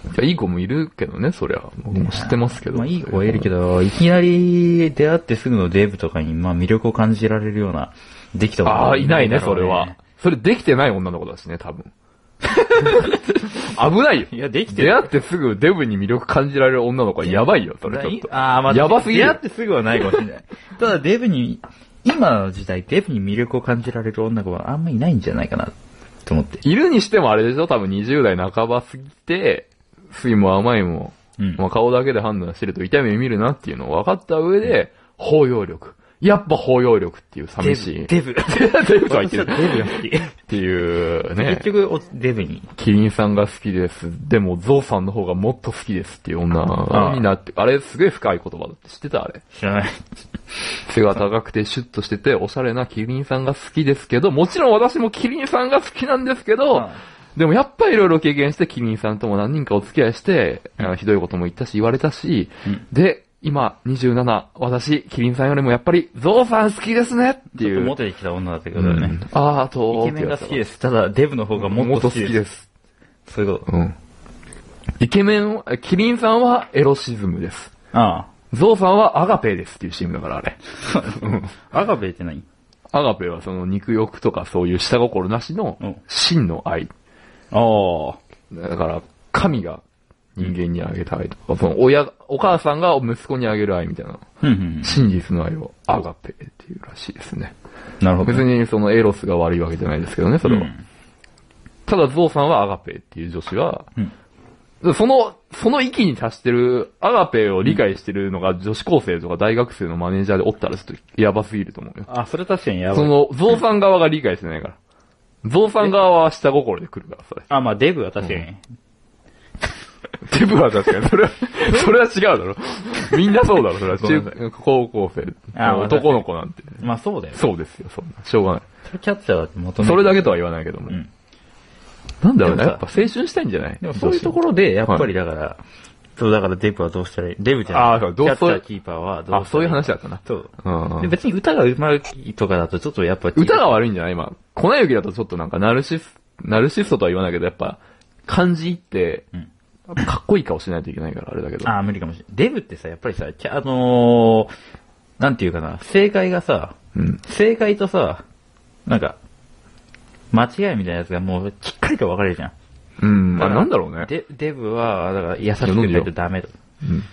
[SPEAKER 1] いや、いい子もいるけどね、そりゃ。僕も知ってますけど。
[SPEAKER 2] まあいい子はいるけど、いきなり出会ってすぐのデブとかに、まあ魅力を感じられるような、できた女
[SPEAKER 1] ああ、
[SPEAKER 2] はい
[SPEAKER 1] ないね、
[SPEAKER 2] だろ
[SPEAKER 1] そうれは。。それできてない女の子だしね、多分。 危ないよ。
[SPEAKER 2] いや、できて
[SPEAKER 1] 出会ってすぐデブに魅力感じられる女の子はやばいよ、それちょっと。
[SPEAKER 2] ああ、まあ、
[SPEAKER 1] やばすぎる
[SPEAKER 2] 出会ってすぐはないかもしれない。 ただデブに、今の時代、デブに魅力を感じられる女の子はあんまいないんじゃないかな、と思って。
[SPEAKER 1] いるにしてもあれでしょ多分20代半ば過ぎて、酸いも甘いも、
[SPEAKER 2] うん
[SPEAKER 1] まあ顔だけで判断してると痛い目見るなっていうのを分かった上で、包容力。やっぱ包容力っていう寂しい。
[SPEAKER 2] デブ。デブ。
[SPEAKER 1] デブとは言ってる。
[SPEAKER 2] 私はデブが
[SPEAKER 1] っ
[SPEAKER 2] 好き。
[SPEAKER 1] ていうね
[SPEAKER 2] 結。局、おデブに。
[SPEAKER 1] キリンさんが好きです。でも、ゾウさんの方がもっと好きですっていう女
[SPEAKER 2] あ
[SPEAKER 1] になって、あれすげえ深い言葉だって知ってたあれ。
[SPEAKER 2] 知らない。
[SPEAKER 1] 背が高くてシュッとしてて、おしゃれなキリンさんが好きですけど、もちろん私もキリンさんが好きなんですけど、
[SPEAKER 2] あ
[SPEAKER 1] でもやっぱりいろいろ経験して、キリンさんとも何人かお付き合いして、あのひどいことも言ったし、言われたし、
[SPEAKER 2] うん
[SPEAKER 1] で、今、27、私、キリンさんよりもやっぱり、ゾウさん好きですねって
[SPEAKER 2] ちょっ
[SPEAKER 1] い
[SPEAKER 2] とモ
[SPEAKER 1] う。
[SPEAKER 2] テてきた女だってこ
[SPEAKER 1] う
[SPEAKER 2] とだよね
[SPEAKER 1] ん。、ああ、と、。
[SPEAKER 2] イケメンが好きですす。ただ、デブの方がも
[SPEAKER 1] も
[SPEAKER 2] っ
[SPEAKER 1] っと
[SPEAKER 2] と好
[SPEAKER 1] 好
[SPEAKER 2] き
[SPEAKER 1] き
[SPEAKER 2] で。
[SPEAKER 1] ですす。
[SPEAKER 2] そういうこと。
[SPEAKER 1] うん。イケメン、あキリンさんはエロシズムです。
[SPEAKER 2] あ
[SPEAKER 1] ゾウさんはアガペーですっていう CM だから、あれ。
[SPEAKER 2] あ。アガベって何
[SPEAKER 1] アガペはその肉欲とかそういう下心なしの
[SPEAKER 2] うん
[SPEAKER 1] 真の愛。
[SPEAKER 2] ああ。
[SPEAKER 1] だから、神が人間にあげた愛とか、その親、お母さんが息子にあげる愛みたいな、
[SPEAKER 2] うんうん。
[SPEAKER 1] 真実の愛をアガペっていうらしいですね。
[SPEAKER 2] なるほど。
[SPEAKER 1] 別にそのエロスが悪いわけじゃないですけどね、それは。
[SPEAKER 2] うん
[SPEAKER 1] ただゾウさんはアガペっていう女子は、
[SPEAKER 2] うん
[SPEAKER 1] その、その域に達してる、アガペを理解してるのが女子高生とか大学生のマネージャーでおったらちょっとやばすぎると思うよ。
[SPEAKER 2] あ、それ確かにやば
[SPEAKER 1] そ
[SPEAKER 2] い。
[SPEAKER 1] の、ゾウさん側が理解してないから。ゾウさん側は下心で来るから、そ れ。
[SPEAKER 2] あ、まあデブは確かに。
[SPEAKER 1] デブは確かに、それは、 それは違うだろ。みんなそうだろ、それは。
[SPEAKER 2] ごめんな
[SPEAKER 1] 中高校生
[SPEAKER 2] あ。
[SPEAKER 1] 男の子なんて。
[SPEAKER 2] まあそうだよ。
[SPEAKER 1] そうですよ、そんな。しょうがない。
[SPEAKER 2] それキャッチャーだって求め
[SPEAKER 1] それだけとは言わないけども。
[SPEAKER 2] うん
[SPEAKER 1] なんだろう
[SPEAKER 2] で
[SPEAKER 1] ね。
[SPEAKER 2] もさ
[SPEAKER 1] やっぱ青春したいんじゃない
[SPEAKER 2] でもそういうところで、やっぱりだから、そうだからデブはどうしたらいいデブじゃない。
[SPEAKER 1] あーそうどう
[SPEAKER 2] キャッチ
[SPEAKER 1] そう
[SPEAKER 2] ャ
[SPEAKER 1] い
[SPEAKER 2] ー
[SPEAKER 1] う
[SPEAKER 2] キーパーはどうしたら
[SPEAKER 1] あ、そういう話だったな。
[SPEAKER 2] そう。
[SPEAKER 1] うんうん
[SPEAKER 2] で別に歌が上手いとかだとちょっとやっぱ違う
[SPEAKER 1] 歌が悪いんじゃない今。粉雪だとちょっとなんかナルシス、ナルシストとは言わないけど、やっぱ、漢字って、
[SPEAKER 2] うん
[SPEAKER 1] かっこいい顔しないといけないから、あれだけど。
[SPEAKER 2] ああ、無理かもしれない。デブってさ、やっぱりさ、キャあのー、なんていうかな、正解がさ、
[SPEAKER 1] うん。
[SPEAKER 2] 正解とさ、なんか、間違いみたいなやつがもう、きっかりと分かれるじゃん。
[SPEAKER 1] うん。あ、
[SPEAKER 2] だから
[SPEAKER 1] なんだろうね。
[SPEAKER 2] デデブは、だから、優しくないとダメだ。
[SPEAKER 1] うん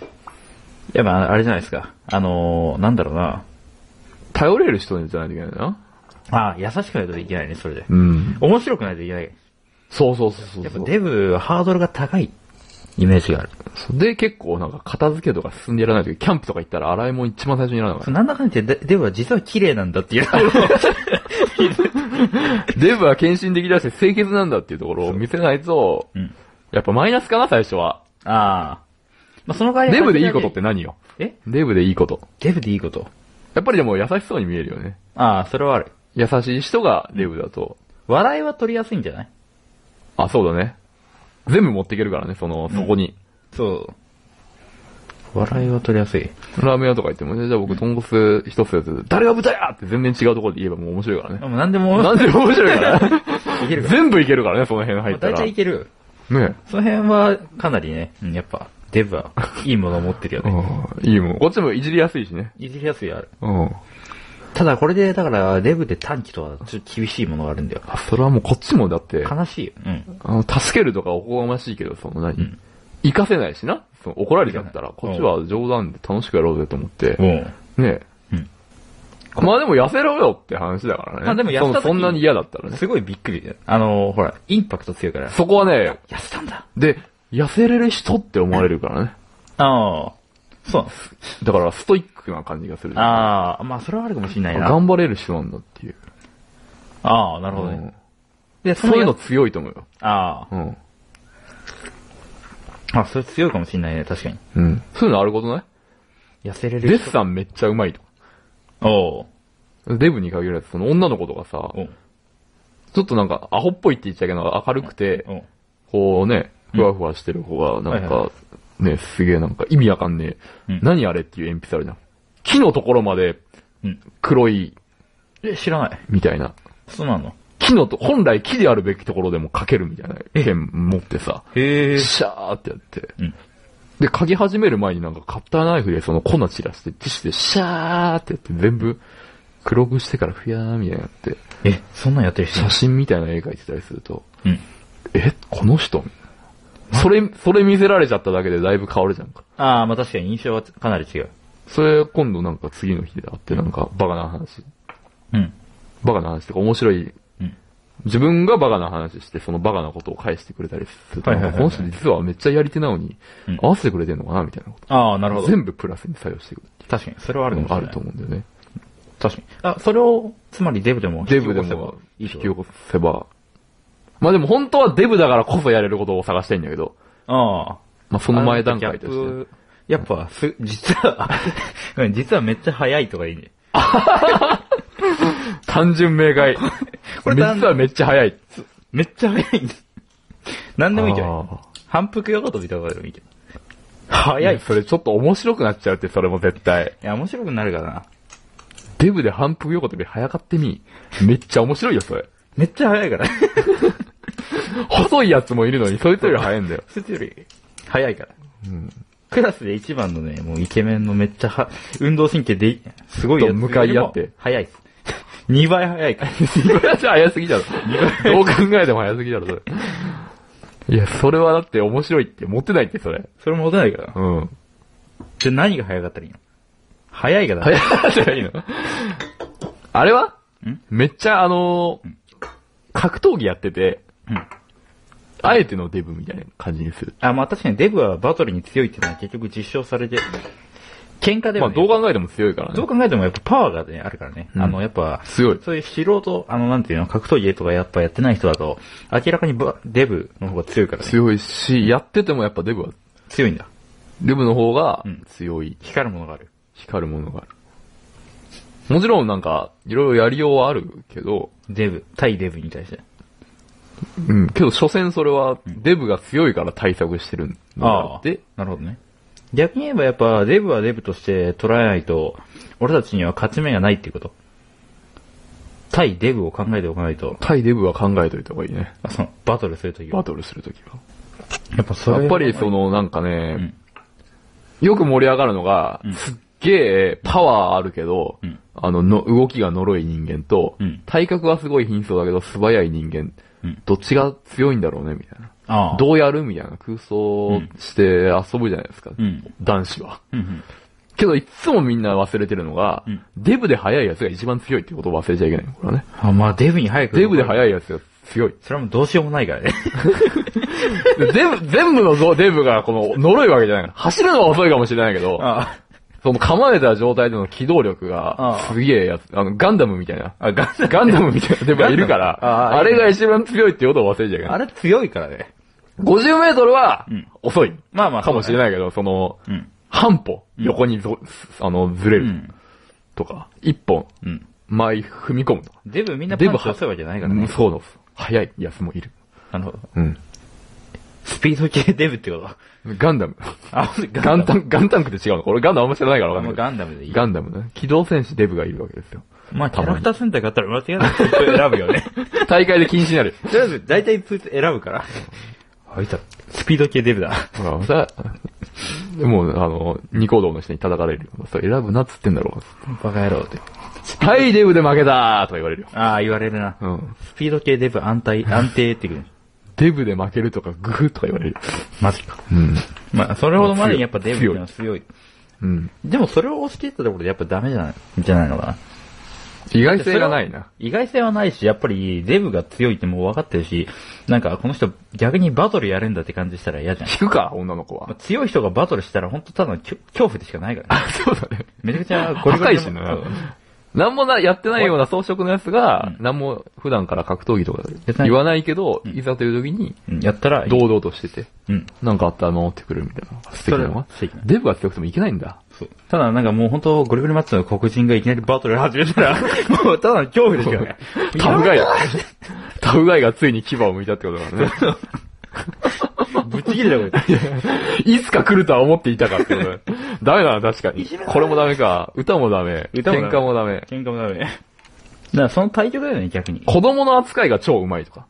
[SPEAKER 2] やっぱ、あれじゃないですか。あのー、なんだろうな。
[SPEAKER 1] 頼れる人じゃないといけないな。
[SPEAKER 2] ああ、優しくないといけないね、それで。
[SPEAKER 1] うん。
[SPEAKER 2] 面白くないといけない。
[SPEAKER 1] そうそうそうそう。
[SPEAKER 2] やっぱデブはハードルが高いイメージがある。
[SPEAKER 1] で、結構なんか片付けとか進んでやらないとキャンプとか行ったら洗い物一番最初にやらなか
[SPEAKER 2] そ
[SPEAKER 1] っ
[SPEAKER 2] うなんだかんだ言ってデデブは実は綺麗なんだっていうところを
[SPEAKER 1] た。デブは献身的だし清潔なんだっていうところを見せないと、
[SPEAKER 2] うん
[SPEAKER 1] やっぱマイナスかな、最初は。
[SPEAKER 2] ああ。まあ、その代わり
[SPEAKER 1] デブでいいことって何よ
[SPEAKER 2] え
[SPEAKER 1] デブでいいこと。
[SPEAKER 2] デブでいいこと
[SPEAKER 1] やっぱりでも優しそうに見えるよね。
[SPEAKER 2] ああ、それはある。
[SPEAKER 1] 優しい人がデブだと。
[SPEAKER 2] 笑いは取りやすいんじゃない
[SPEAKER 1] あ、そうだね。全部持っていけるからね、その、そこに。
[SPEAKER 2] そう。笑いは取りやすい。
[SPEAKER 1] ラーメン屋とか行ってもね、じゃあ僕、豚骨一つやつ、誰が豚やって全然違うところで言えばもう面白いから
[SPEAKER 2] で
[SPEAKER 1] ね。
[SPEAKER 2] も何でも、
[SPEAKER 1] なんでも面白いから。
[SPEAKER 2] いけるから。
[SPEAKER 1] 全部いけるからね、その辺入
[SPEAKER 2] まあ、
[SPEAKER 1] った
[SPEAKER 2] 大
[SPEAKER 1] ら。
[SPEAKER 2] 体い
[SPEAKER 1] ね
[SPEAKER 2] ける。
[SPEAKER 1] え。
[SPEAKER 2] その辺は、かなりね、うん、やっぱ、デブは、いいものを持ってるよね。
[SPEAKER 1] うんいいもん。こっちもいじりやすいしね。
[SPEAKER 2] いじりやすいある。
[SPEAKER 1] うん。
[SPEAKER 2] ただこれで、だから、デブで短期とは、ちょっと厳しいものがあるんだよ。
[SPEAKER 1] あ、それはもうこっちもだって、
[SPEAKER 2] 悲しいよ。うん。
[SPEAKER 1] あの、助けるとかおこがましいけど、その何、
[SPEAKER 2] ん
[SPEAKER 1] 活かせないしな。その怒られちゃったら、
[SPEAKER 2] 活か
[SPEAKER 1] こっ
[SPEAKER 2] せない
[SPEAKER 1] ちは冗談で楽しくやろうぜと思って。
[SPEAKER 2] うん。
[SPEAKER 1] ねえ。
[SPEAKER 2] うん
[SPEAKER 1] まあでも痩せろよって話だからね。
[SPEAKER 2] まあでも痩せた時
[SPEAKER 1] そのそんなに嫌だったらね。
[SPEAKER 2] すごいびっくり。あのー、ほら、インパクト強いから。
[SPEAKER 1] そこはね、
[SPEAKER 2] 痩せたんだ。
[SPEAKER 1] で、痩せれる人って思われるからね。
[SPEAKER 2] ああ。そうなんです。
[SPEAKER 1] だからストイックな感じがする。
[SPEAKER 2] ああ、まあ、それはあるかもしれないな。
[SPEAKER 1] 頑張れる人なんだっていう。
[SPEAKER 2] ああ、なるほど
[SPEAKER 1] う
[SPEAKER 2] ね
[SPEAKER 1] ん。
[SPEAKER 2] で、
[SPEAKER 1] そういうの
[SPEAKER 2] や
[SPEAKER 1] 強いと思うよ。
[SPEAKER 2] あ
[SPEAKER 1] うん。
[SPEAKER 2] あ。あ、それ強いかもしれないね、確かに。
[SPEAKER 1] うん。そういうのあることない
[SPEAKER 2] 痩せれ
[SPEAKER 1] デ
[SPEAKER 2] る
[SPEAKER 1] ッ
[SPEAKER 2] 人。
[SPEAKER 1] サンめっちゃうまいとか。
[SPEAKER 2] おう
[SPEAKER 1] デブに限らず、その女の子とかさ、
[SPEAKER 2] おう。
[SPEAKER 1] ちょっとなんか、アホっぽいって言っちゃうけど、明るくて、
[SPEAKER 2] おう。
[SPEAKER 1] こうね、ふわふわしてる子が、なん
[SPEAKER 2] はいは
[SPEAKER 1] か、ね、すげえなんか、意味わかんね
[SPEAKER 2] う
[SPEAKER 1] え
[SPEAKER 2] ん。
[SPEAKER 1] 何あれっていう鉛筆あるじゃん。木のところまで
[SPEAKER 2] うん。
[SPEAKER 1] 黒い、
[SPEAKER 2] え、知らない。
[SPEAKER 1] みたいな。
[SPEAKER 2] そうなの。
[SPEAKER 1] 木のと、本来木であるべきところでも書けるみたいな剣持ってさ、
[SPEAKER 2] へえ。
[SPEAKER 1] シャーってやって。
[SPEAKER 2] うん
[SPEAKER 1] で、書き始める前になんかカッターナイフでその粉散らして、ティッシュでシャーってやって、全部黒くしてからふやーみたいになって、
[SPEAKER 2] え、そんなんやってる人
[SPEAKER 1] 写真みたいな絵描いてたりすると、
[SPEAKER 2] うん。
[SPEAKER 1] え、この人それ、それ見せられちゃっただけでだいぶ変わるじゃんか。
[SPEAKER 2] ああ、まあ確かに印象はかなり違う。
[SPEAKER 1] それ今度なんか次の日で会ってなんかバカな話、
[SPEAKER 2] うん。
[SPEAKER 1] バカな話とか面白い
[SPEAKER 2] うん。
[SPEAKER 1] 自分がバカな話して、そのバカなことを返してくれたりすると、
[SPEAKER 2] は
[SPEAKER 1] ないん
[SPEAKER 2] はい
[SPEAKER 1] か
[SPEAKER 2] はい
[SPEAKER 1] こ
[SPEAKER 2] はい
[SPEAKER 1] の人実はめっちゃやり手なのに
[SPEAKER 2] うん、
[SPEAKER 1] 合わせてくれてんのかなみたいなこ
[SPEAKER 2] ああ、なるほ
[SPEAKER 1] と。
[SPEAKER 2] ど。
[SPEAKER 1] 全部プラスに作用してくるってい
[SPEAKER 2] 確かに。それはあるか
[SPEAKER 1] う
[SPEAKER 2] もし
[SPEAKER 1] の
[SPEAKER 2] れ
[SPEAKER 1] があ
[SPEAKER 2] な
[SPEAKER 1] る
[SPEAKER 2] い。
[SPEAKER 1] と思うんだよね。
[SPEAKER 2] 確かに。あ、それを、つまりデブでも
[SPEAKER 1] デブで
[SPEAKER 2] 引き
[SPEAKER 1] も
[SPEAKER 2] 起こせばい
[SPEAKER 1] 引
[SPEAKER 2] いっ
[SPEAKER 1] き
[SPEAKER 2] てこと
[SPEAKER 1] 起こせば。まあでも本当はデブだからこそやれることを探したいんだけど、
[SPEAKER 2] ああ。
[SPEAKER 1] まあその前段階と
[SPEAKER 2] あの
[SPEAKER 1] して。
[SPEAKER 2] ギャップやっぱ、す、 実は、うん実はめっちゃ早いとかいいね。
[SPEAKER 1] 単純明快。
[SPEAKER 2] これ単
[SPEAKER 1] 実はめっちゃ早い。
[SPEAKER 2] めっちゃ早いんです。何でもいいけど。
[SPEAKER 1] あー
[SPEAKER 2] 反復ヨガと自体はでもいいけど。早い。
[SPEAKER 1] ねそれちょっと面白くなっちゃうって、それも絶対。
[SPEAKER 2] いや、面白くなるからな。
[SPEAKER 1] デブで反復横跳び早かってみ。めっちゃ面白いよ、それ。
[SPEAKER 2] めっちゃ早いから。
[SPEAKER 1] 細いやつもいるのに、そいつより早いんだよ。
[SPEAKER 2] そいつより早いから。クラスで一番のね、もうイケメンのめっちゃは、運動神経でい、すごいやつ
[SPEAKER 1] と向かい合って
[SPEAKER 2] よりも早いっす。2倍早いから。
[SPEAKER 1] 今じゃ早すぎだろ。どう考えても早すぎだろ、それ。いや、それはだって面白いって、持ってないって、それ。
[SPEAKER 2] それも持たないから。
[SPEAKER 1] うん。
[SPEAKER 2] じゃあ何が早かったらいいの早いがだ。
[SPEAKER 1] 早いじゃないの。あれは
[SPEAKER 2] ん
[SPEAKER 1] めっちゃ、あのー格闘技やってて、
[SPEAKER 2] うん
[SPEAKER 1] あえてのデブみたいな感じにする。
[SPEAKER 2] あ、まあ確かにデブはバトルに強いっていうのは結局実証されて、喧嘩で
[SPEAKER 1] まあ、
[SPEAKER 2] も、ね
[SPEAKER 1] どう考えても強いから
[SPEAKER 2] ど
[SPEAKER 1] ね
[SPEAKER 2] う。考えてもやっぱパワーがね、あるからね。
[SPEAKER 1] うん
[SPEAKER 2] あの、やっぱ、
[SPEAKER 1] 強い。
[SPEAKER 2] そういう素人、あの、なんていうの、格闘技とかやっぱやってない人だと、明らかにバデブの方が強いからね。
[SPEAKER 1] 強いし、やっててもやっぱデブは、
[SPEAKER 2] 強いんだ。
[SPEAKER 1] デブの方が
[SPEAKER 2] うん
[SPEAKER 1] 強い。
[SPEAKER 2] 光るものがある。
[SPEAKER 1] 光るものがある。もちろんなんか、いろいろやりようはあるけど、
[SPEAKER 2] デブ、対デブに対して。
[SPEAKER 1] うん、けど、所詮それは、デブが強いから対策してるのであっ
[SPEAKER 2] で
[SPEAKER 1] て、、
[SPEAKER 2] なるほどね。逆に言えばやっぱ、デブはデブとして捉えないと、俺たちには勝ち目がないっていうこと。対デブを考えておかないと、
[SPEAKER 1] 対デブは考えといた方がいいね。
[SPEAKER 2] あその、バトルするときは
[SPEAKER 1] バ。トルするときは。
[SPEAKER 2] やっぱそれは
[SPEAKER 1] やっぱりその、なんかね
[SPEAKER 2] ん、
[SPEAKER 1] よく盛り上がるのが
[SPEAKER 2] ん、
[SPEAKER 1] すっげえパワーあるけど
[SPEAKER 2] うん、
[SPEAKER 1] あのの、動きが呪い人間と
[SPEAKER 2] うん、
[SPEAKER 1] 体格はすごい貧相だけど素早い人間
[SPEAKER 2] うん、
[SPEAKER 1] どっちが強いんだろうね、みたいな。
[SPEAKER 2] ああ。
[SPEAKER 1] どうやるみたいな空想して遊ぶじゃないですか
[SPEAKER 2] う、ん。
[SPEAKER 1] 男子は。
[SPEAKER 2] うんうん。
[SPEAKER 1] けど、いつもみんな忘れてるのが
[SPEAKER 2] うん、
[SPEAKER 1] デブで速いやつが一番強いってことを忘れちゃいけない。これはね。
[SPEAKER 2] あ、まあデブに早く。
[SPEAKER 1] デブで
[SPEAKER 2] い。
[SPEAKER 1] 速いやつが強い。
[SPEAKER 2] それはもうどうしようもないからね。
[SPEAKER 1] で全部、 全部のぞデブがこの呪いわけじゃないから。走るのは遅いかもしれないけど、
[SPEAKER 2] あ
[SPEAKER 1] その構えた状態での機動力が
[SPEAKER 2] あ、あ
[SPEAKER 1] すげえやつ、あの、ガンダムみたいな。
[SPEAKER 2] あ。ガン
[SPEAKER 1] ガンダムみたいなデブがいるか
[SPEAKER 2] ガンダムあ
[SPEAKER 1] ら、
[SPEAKER 2] あ
[SPEAKER 1] あれが一番強いってことを忘れちゃいけな
[SPEAKER 2] あ
[SPEAKER 1] い。
[SPEAKER 2] れ強いからね。
[SPEAKER 1] 50メートルは
[SPEAKER 2] うん、
[SPEAKER 1] 遅い。
[SPEAKER 2] まあまあ
[SPEAKER 1] かもしれ
[SPEAKER 2] い。
[SPEAKER 1] ないけど、その、
[SPEAKER 2] うん。
[SPEAKER 1] 半歩、横にぞ、あの、ずれ
[SPEAKER 2] う
[SPEAKER 1] る
[SPEAKER 2] ん。
[SPEAKER 1] とか、一本、
[SPEAKER 2] うん。
[SPEAKER 1] 前に踏み込むとか。
[SPEAKER 2] デブみんなパ
[SPEAKER 1] デ
[SPEAKER 2] ン
[SPEAKER 1] ブ
[SPEAKER 2] チ押せばじゃないから
[SPEAKER 1] うん
[SPEAKER 2] ね。
[SPEAKER 1] そうなんです。速いやつもいる。
[SPEAKER 2] なるほど。
[SPEAKER 1] うん。
[SPEAKER 2] スピード系デブってこと
[SPEAKER 1] ガンダム。
[SPEAKER 2] あ、
[SPEAKER 1] ガンタ
[SPEAKER 2] ム。
[SPEAKER 1] ン、ガンタンクって違うの俺ガンダムあんま知らないからわかん
[SPEAKER 2] ま
[SPEAKER 1] な
[SPEAKER 2] あ
[SPEAKER 1] いけど
[SPEAKER 2] ガンダムでいい。
[SPEAKER 1] ガンダムね。機動戦士デブがいるわけですよ。
[SPEAKER 2] まあ、キ
[SPEAKER 1] た
[SPEAKER 2] ャ
[SPEAKER 1] ま
[SPEAKER 2] ラ
[SPEAKER 1] に
[SPEAKER 2] クター選択あったら間違い ない。選ぶよね。
[SPEAKER 1] 大会で禁止になる。
[SPEAKER 2] とりあえず、大体プーツ選ぶから。あいつは、スピード系デブだ。
[SPEAKER 1] ほら、また、もう、あの、ニコ動の人に叩かれる。それ選ぶなっつってんだろ
[SPEAKER 2] バカ野郎って。
[SPEAKER 1] う。はい、デブで負けたーとか言われるよ。
[SPEAKER 2] ああ、言われるな。
[SPEAKER 1] うん。
[SPEAKER 2] スピード系デブ安泰、安定ってくる。
[SPEAKER 1] デブで負けるとか、グフとか言われる。
[SPEAKER 2] マジか。
[SPEAKER 1] うん。
[SPEAKER 2] まあ、それほどまでにやっぱデブっていうのは強い。
[SPEAKER 1] うん。
[SPEAKER 2] でもそれを押し切ったところでやっぱダメじゃない、じゃないのかな。
[SPEAKER 1] 意外性がないな。
[SPEAKER 2] 意外性はないし、やっぱりデブが強いってもう分かってるし、なんかこの人逆にバトルやるんだって感じしたら嫌じゃん。
[SPEAKER 1] 引くか、女の子
[SPEAKER 2] まあ
[SPEAKER 1] は。
[SPEAKER 2] 強い人がバトルしたら本当ただのきょ恐怖でしかないからね。
[SPEAKER 1] あ、そうだね。
[SPEAKER 2] めちゃくちゃゴリゴ
[SPEAKER 1] 高い
[SPEAKER 2] リの
[SPEAKER 1] し
[SPEAKER 2] う
[SPEAKER 1] な。
[SPEAKER 2] ん
[SPEAKER 1] なんもな、やってないような装飾のやつが、なんも普段から格闘技とか言わないけど、いざという時に、
[SPEAKER 2] うんやったら、
[SPEAKER 1] 堂々としてて、
[SPEAKER 2] うん。
[SPEAKER 1] なんかあったら守ってくるみたいな。素敵なのは
[SPEAKER 2] それは素敵な
[SPEAKER 1] デブが強くてもいけないんだ。
[SPEAKER 2] そう。ただなんかもう本当ゴリゴリマッチの黒人がいきなりバトル始めたら、 もうただの恐怖でしかない。
[SPEAKER 1] タフガイだ。タフガイがついに牙を向いたってことだからね。
[SPEAKER 2] ぶっちぎれたこれ。
[SPEAKER 1] いつか来るとは思っていたかってことだね。ダメだな、確かに。これもダメか。歌もダメ。
[SPEAKER 2] 歌もダメ
[SPEAKER 1] 喧嘩もダメ。
[SPEAKER 2] 喧嘩もダ メ。だからその対局だよね、逆に。
[SPEAKER 1] 子供の扱いが超うまいとか。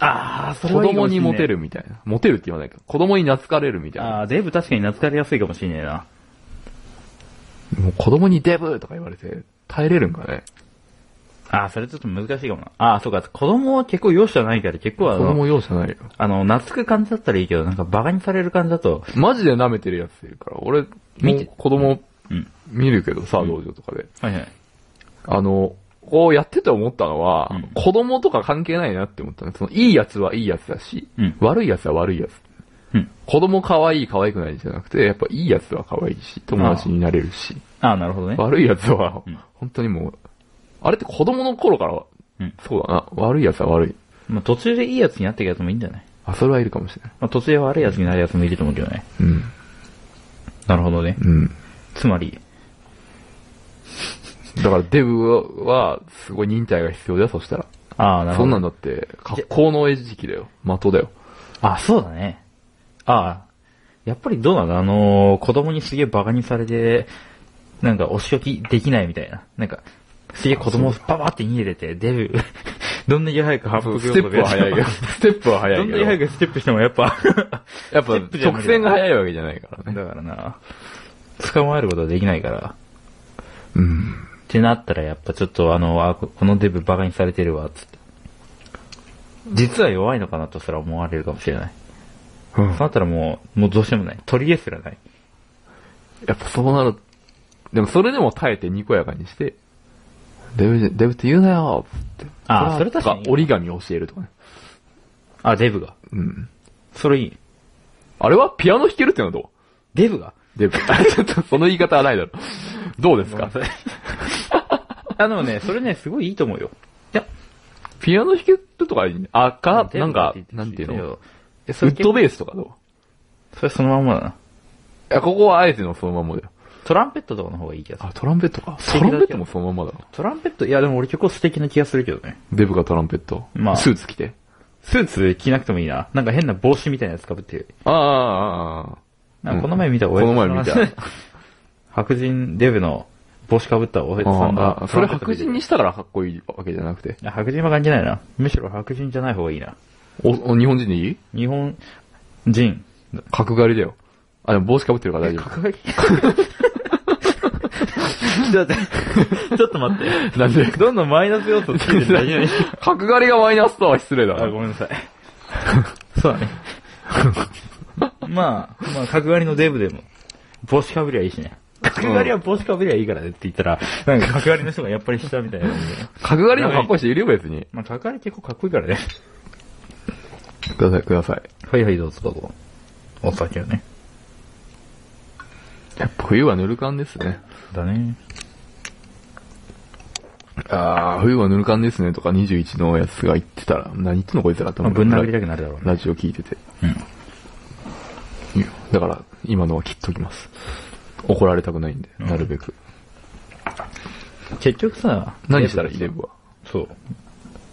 [SPEAKER 2] ああ、そ
[SPEAKER 1] 子
[SPEAKER 2] れはいいか
[SPEAKER 1] 供
[SPEAKER 2] もしれ
[SPEAKER 1] に
[SPEAKER 2] ない
[SPEAKER 1] モテ。るみたいな。モテるって言わないけど、子供に懐かれるみたいな。
[SPEAKER 2] ああ、デブ確かに懐かれやすいかもしれないな。
[SPEAKER 1] もう子供にデブとか言われて、耐えれるんかね。
[SPEAKER 2] ああ、それちょっと難しいかもな。ああ、そうか。子供は結構容赦ないから、結構あ
[SPEAKER 1] 子
[SPEAKER 2] の、
[SPEAKER 1] 供容赦ないよ。
[SPEAKER 2] あの、懐く感じだったらいいけど、なんかバカにされる感じだと、
[SPEAKER 1] マジで舐めてるやついるから、俺、も
[SPEAKER 2] 見て
[SPEAKER 1] う子供
[SPEAKER 2] うん。
[SPEAKER 1] 見るけどさ、道場とかで。
[SPEAKER 2] はいはい。
[SPEAKER 1] あの、こうやってて思ったのは、
[SPEAKER 2] うん
[SPEAKER 1] 子供とか関係ないなって思ったの。その、いいやつはいいやつだし、
[SPEAKER 2] うん
[SPEAKER 1] 悪いやつは悪いやつ。
[SPEAKER 2] うん。
[SPEAKER 1] 子供可愛い可愛くないじゃなくて、やっぱいいやつは可愛いし、友達になれるし、
[SPEAKER 2] ああ、なるほどね。
[SPEAKER 1] 悪いやつは
[SPEAKER 2] うん、
[SPEAKER 1] 本当にもう、あれって子供の頃から、
[SPEAKER 2] うん
[SPEAKER 1] そうだな、悪いやつは悪い。
[SPEAKER 2] まあ、途中でいいやつになってるやつもいいんじゃない
[SPEAKER 1] あ、それはいるかもしれない。
[SPEAKER 2] まあ、途中で悪いやつになるやつもいると思うけどね。
[SPEAKER 1] うん。
[SPEAKER 2] なるほどね。
[SPEAKER 1] うん。
[SPEAKER 2] つまり、
[SPEAKER 1] だからデブは、すごい忍耐が必要だよ、そしたら。
[SPEAKER 2] ああ、なるほ
[SPEAKER 1] そ
[SPEAKER 2] ど。
[SPEAKER 1] んなんだって、格好の餌食だよ。的だよ。
[SPEAKER 2] あ、そうだね。ああ。やっぱりどうなのあのー子供にすげえバカにされて、なんかお仕置きできないみたいな。なんか、すげえ子供をパパって逃げてて、デブ、 どんだけ早く反復
[SPEAKER 1] ステップは早いけ ど、ステップは早
[SPEAKER 2] ど
[SPEAKER 1] い
[SPEAKER 2] ん
[SPEAKER 1] け
[SPEAKER 2] だ
[SPEAKER 1] ど
[SPEAKER 2] け、早くステップしてもやっぱ、
[SPEAKER 1] やっぱ
[SPEAKER 2] ステップじゃな
[SPEAKER 1] 直
[SPEAKER 2] い
[SPEAKER 1] 線が早いわけじゃないから
[SPEAKER 2] だ
[SPEAKER 1] ね。
[SPEAKER 2] からな、捕まえることはできないから。
[SPEAKER 1] うん。
[SPEAKER 2] ってなったらやっぱちょっとあの、あ、ここのデブバカにされてるわ、つって。実は弱いのかなとすら思われるかもしれない。
[SPEAKER 1] うん
[SPEAKER 2] そうなったらもう、もうどうしようもない。取り柄すらない。
[SPEAKER 1] やっぱそうなる。でもそれでも耐えてにこやかにして、デブ、デブって言うなよつって。
[SPEAKER 2] あそれ確かに
[SPEAKER 1] と折り紙を教えるとかね。
[SPEAKER 2] あ、デブが。
[SPEAKER 1] うん。
[SPEAKER 2] それいい。
[SPEAKER 1] あれはピアノ弾けるってのはど
[SPEAKER 2] デブが
[SPEAKER 1] うデ ブ。あちょっとその言い方はないだろ。どうですか
[SPEAKER 2] あのね、それね、すごいいいと思うよ。いや、
[SPEAKER 1] ピアノ弾けるとかいいね。あか、
[SPEAKER 2] デ
[SPEAKER 1] な
[SPEAKER 2] ブ
[SPEAKER 1] ん
[SPEAKER 2] がっ
[SPEAKER 1] か
[SPEAKER 2] て言っ、て
[SPEAKER 1] なんていう
[SPEAKER 2] いい
[SPEAKER 1] の
[SPEAKER 2] よえ、
[SPEAKER 1] ウ
[SPEAKER 2] それ
[SPEAKER 1] ッ
[SPEAKER 2] 結
[SPEAKER 1] ド
[SPEAKER 2] 構
[SPEAKER 1] ベースとかどう
[SPEAKER 2] それそのまんまだな。
[SPEAKER 1] いや、ここはあえてのそのまんまだよ。
[SPEAKER 2] トランペットとかの方がいい気がする。
[SPEAKER 1] あ、トランペットか。
[SPEAKER 2] 素
[SPEAKER 1] ト
[SPEAKER 2] 敵
[SPEAKER 1] ラ
[SPEAKER 2] だ
[SPEAKER 1] ンペットもそのまんまだな。
[SPEAKER 2] トランペット、いやでも俺結構素敵な気がするけどね。
[SPEAKER 1] デブがトランペット。
[SPEAKER 2] まあ
[SPEAKER 1] スーツ着て。
[SPEAKER 2] スーツ着なくてもいいな。なんか変な帽子みたいなやつかぶってる。
[SPEAKER 1] ああ、ああ、ああ。
[SPEAKER 2] なんかこの前見た
[SPEAKER 1] うん
[SPEAKER 2] おやつ
[SPEAKER 1] この前見た。
[SPEAKER 2] 白人デブの帽子かぶったおやつさん
[SPEAKER 1] ああ
[SPEAKER 2] が。
[SPEAKER 1] それ白人に
[SPEAKER 2] し
[SPEAKER 1] したからかっこいいわけじゃなくて。
[SPEAKER 2] 白人は関係ないな。むしろ白人じゃない方がいいな。
[SPEAKER 1] お、お日本人でいい
[SPEAKER 2] 日本人。
[SPEAKER 1] 角刈りだよ。あ、でも帽子かぶってるから大丈
[SPEAKER 2] 角刈り ちょっと待ってちょっと待っ
[SPEAKER 1] 夫。なんで
[SPEAKER 2] て。どんどんマイナス要素ついてるだけなのに
[SPEAKER 1] 角刈りがマイナスとは失礼だ
[SPEAKER 2] あ、
[SPEAKER 1] な。
[SPEAKER 2] ごめんなさい。そうだね。まあ、まあ、角刈りのデブでも、帽子かぶりはいいしね。角刈りは帽子かぶりはいいからねって言ったら、なんか角刈りの人がやっぱりしたみたいな。
[SPEAKER 1] 角刈りのかっこいい人いるよ別に。
[SPEAKER 2] まあ、角刈り結構かっこいいからね。
[SPEAKER 1] ください、ください。
[SPEAKER 2] はいはい、どうぞどうぞ。お酒をね。
[SPEAKER 1] やっぱ冬はぬる感ですね。
[SPEAKER 2] だね。
[SPEAKER 1] ああ、冬はぬる感ですねとか21のやつが言ってたら、何言ってんのこいつらって
[SPEAKER 2] まあ、
[SPEAKER 1] 思
[SPEAKER 2] ぶん殴り
[SPEAKER 1] ラ
[SPEAKER 2] たくなるだろうね。
[SPEAKER 1] ラジオ聞いてて。
[SPEAKER 2] うん。
[SPEAKER 1] いやだから、今のは切っときます。怒られたくないんで、
[SPEAKER 2] うん
[SPEAKER 1] なるべく。
[SPEAKER 2] 結局さ、
[SPEAKER 1] 何したらいいデブは。
[SPEAKER 2] そう。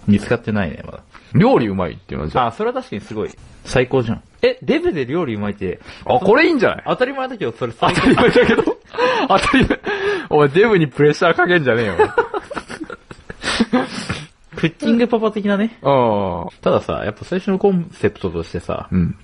[SPEAKER 2] 見つかってないね、まだ。
[SPEAKER 1] 料理うまいっていうのはじゃあ。
[SPEAKER 2] あ、それは確かにすごい。最高じゃん。え、デブで料理うまいって、
[SPEAKER 1] あ、これいいんじゃない
[SPEAKER 2] 当たり前だけど、それ最
[SPEAKER 1] 当たり前だけど、 当たり前。お前デブにプレッシャーかけんじゃ ねえよ。
[SPEAKER 2] クッキングパパ的なね。
[SPEAKER 1] ああ。
[SPEAKER 2] たださ、やっぱ最初のコンセプトとしてさ、
[SPEAKER 1] うん。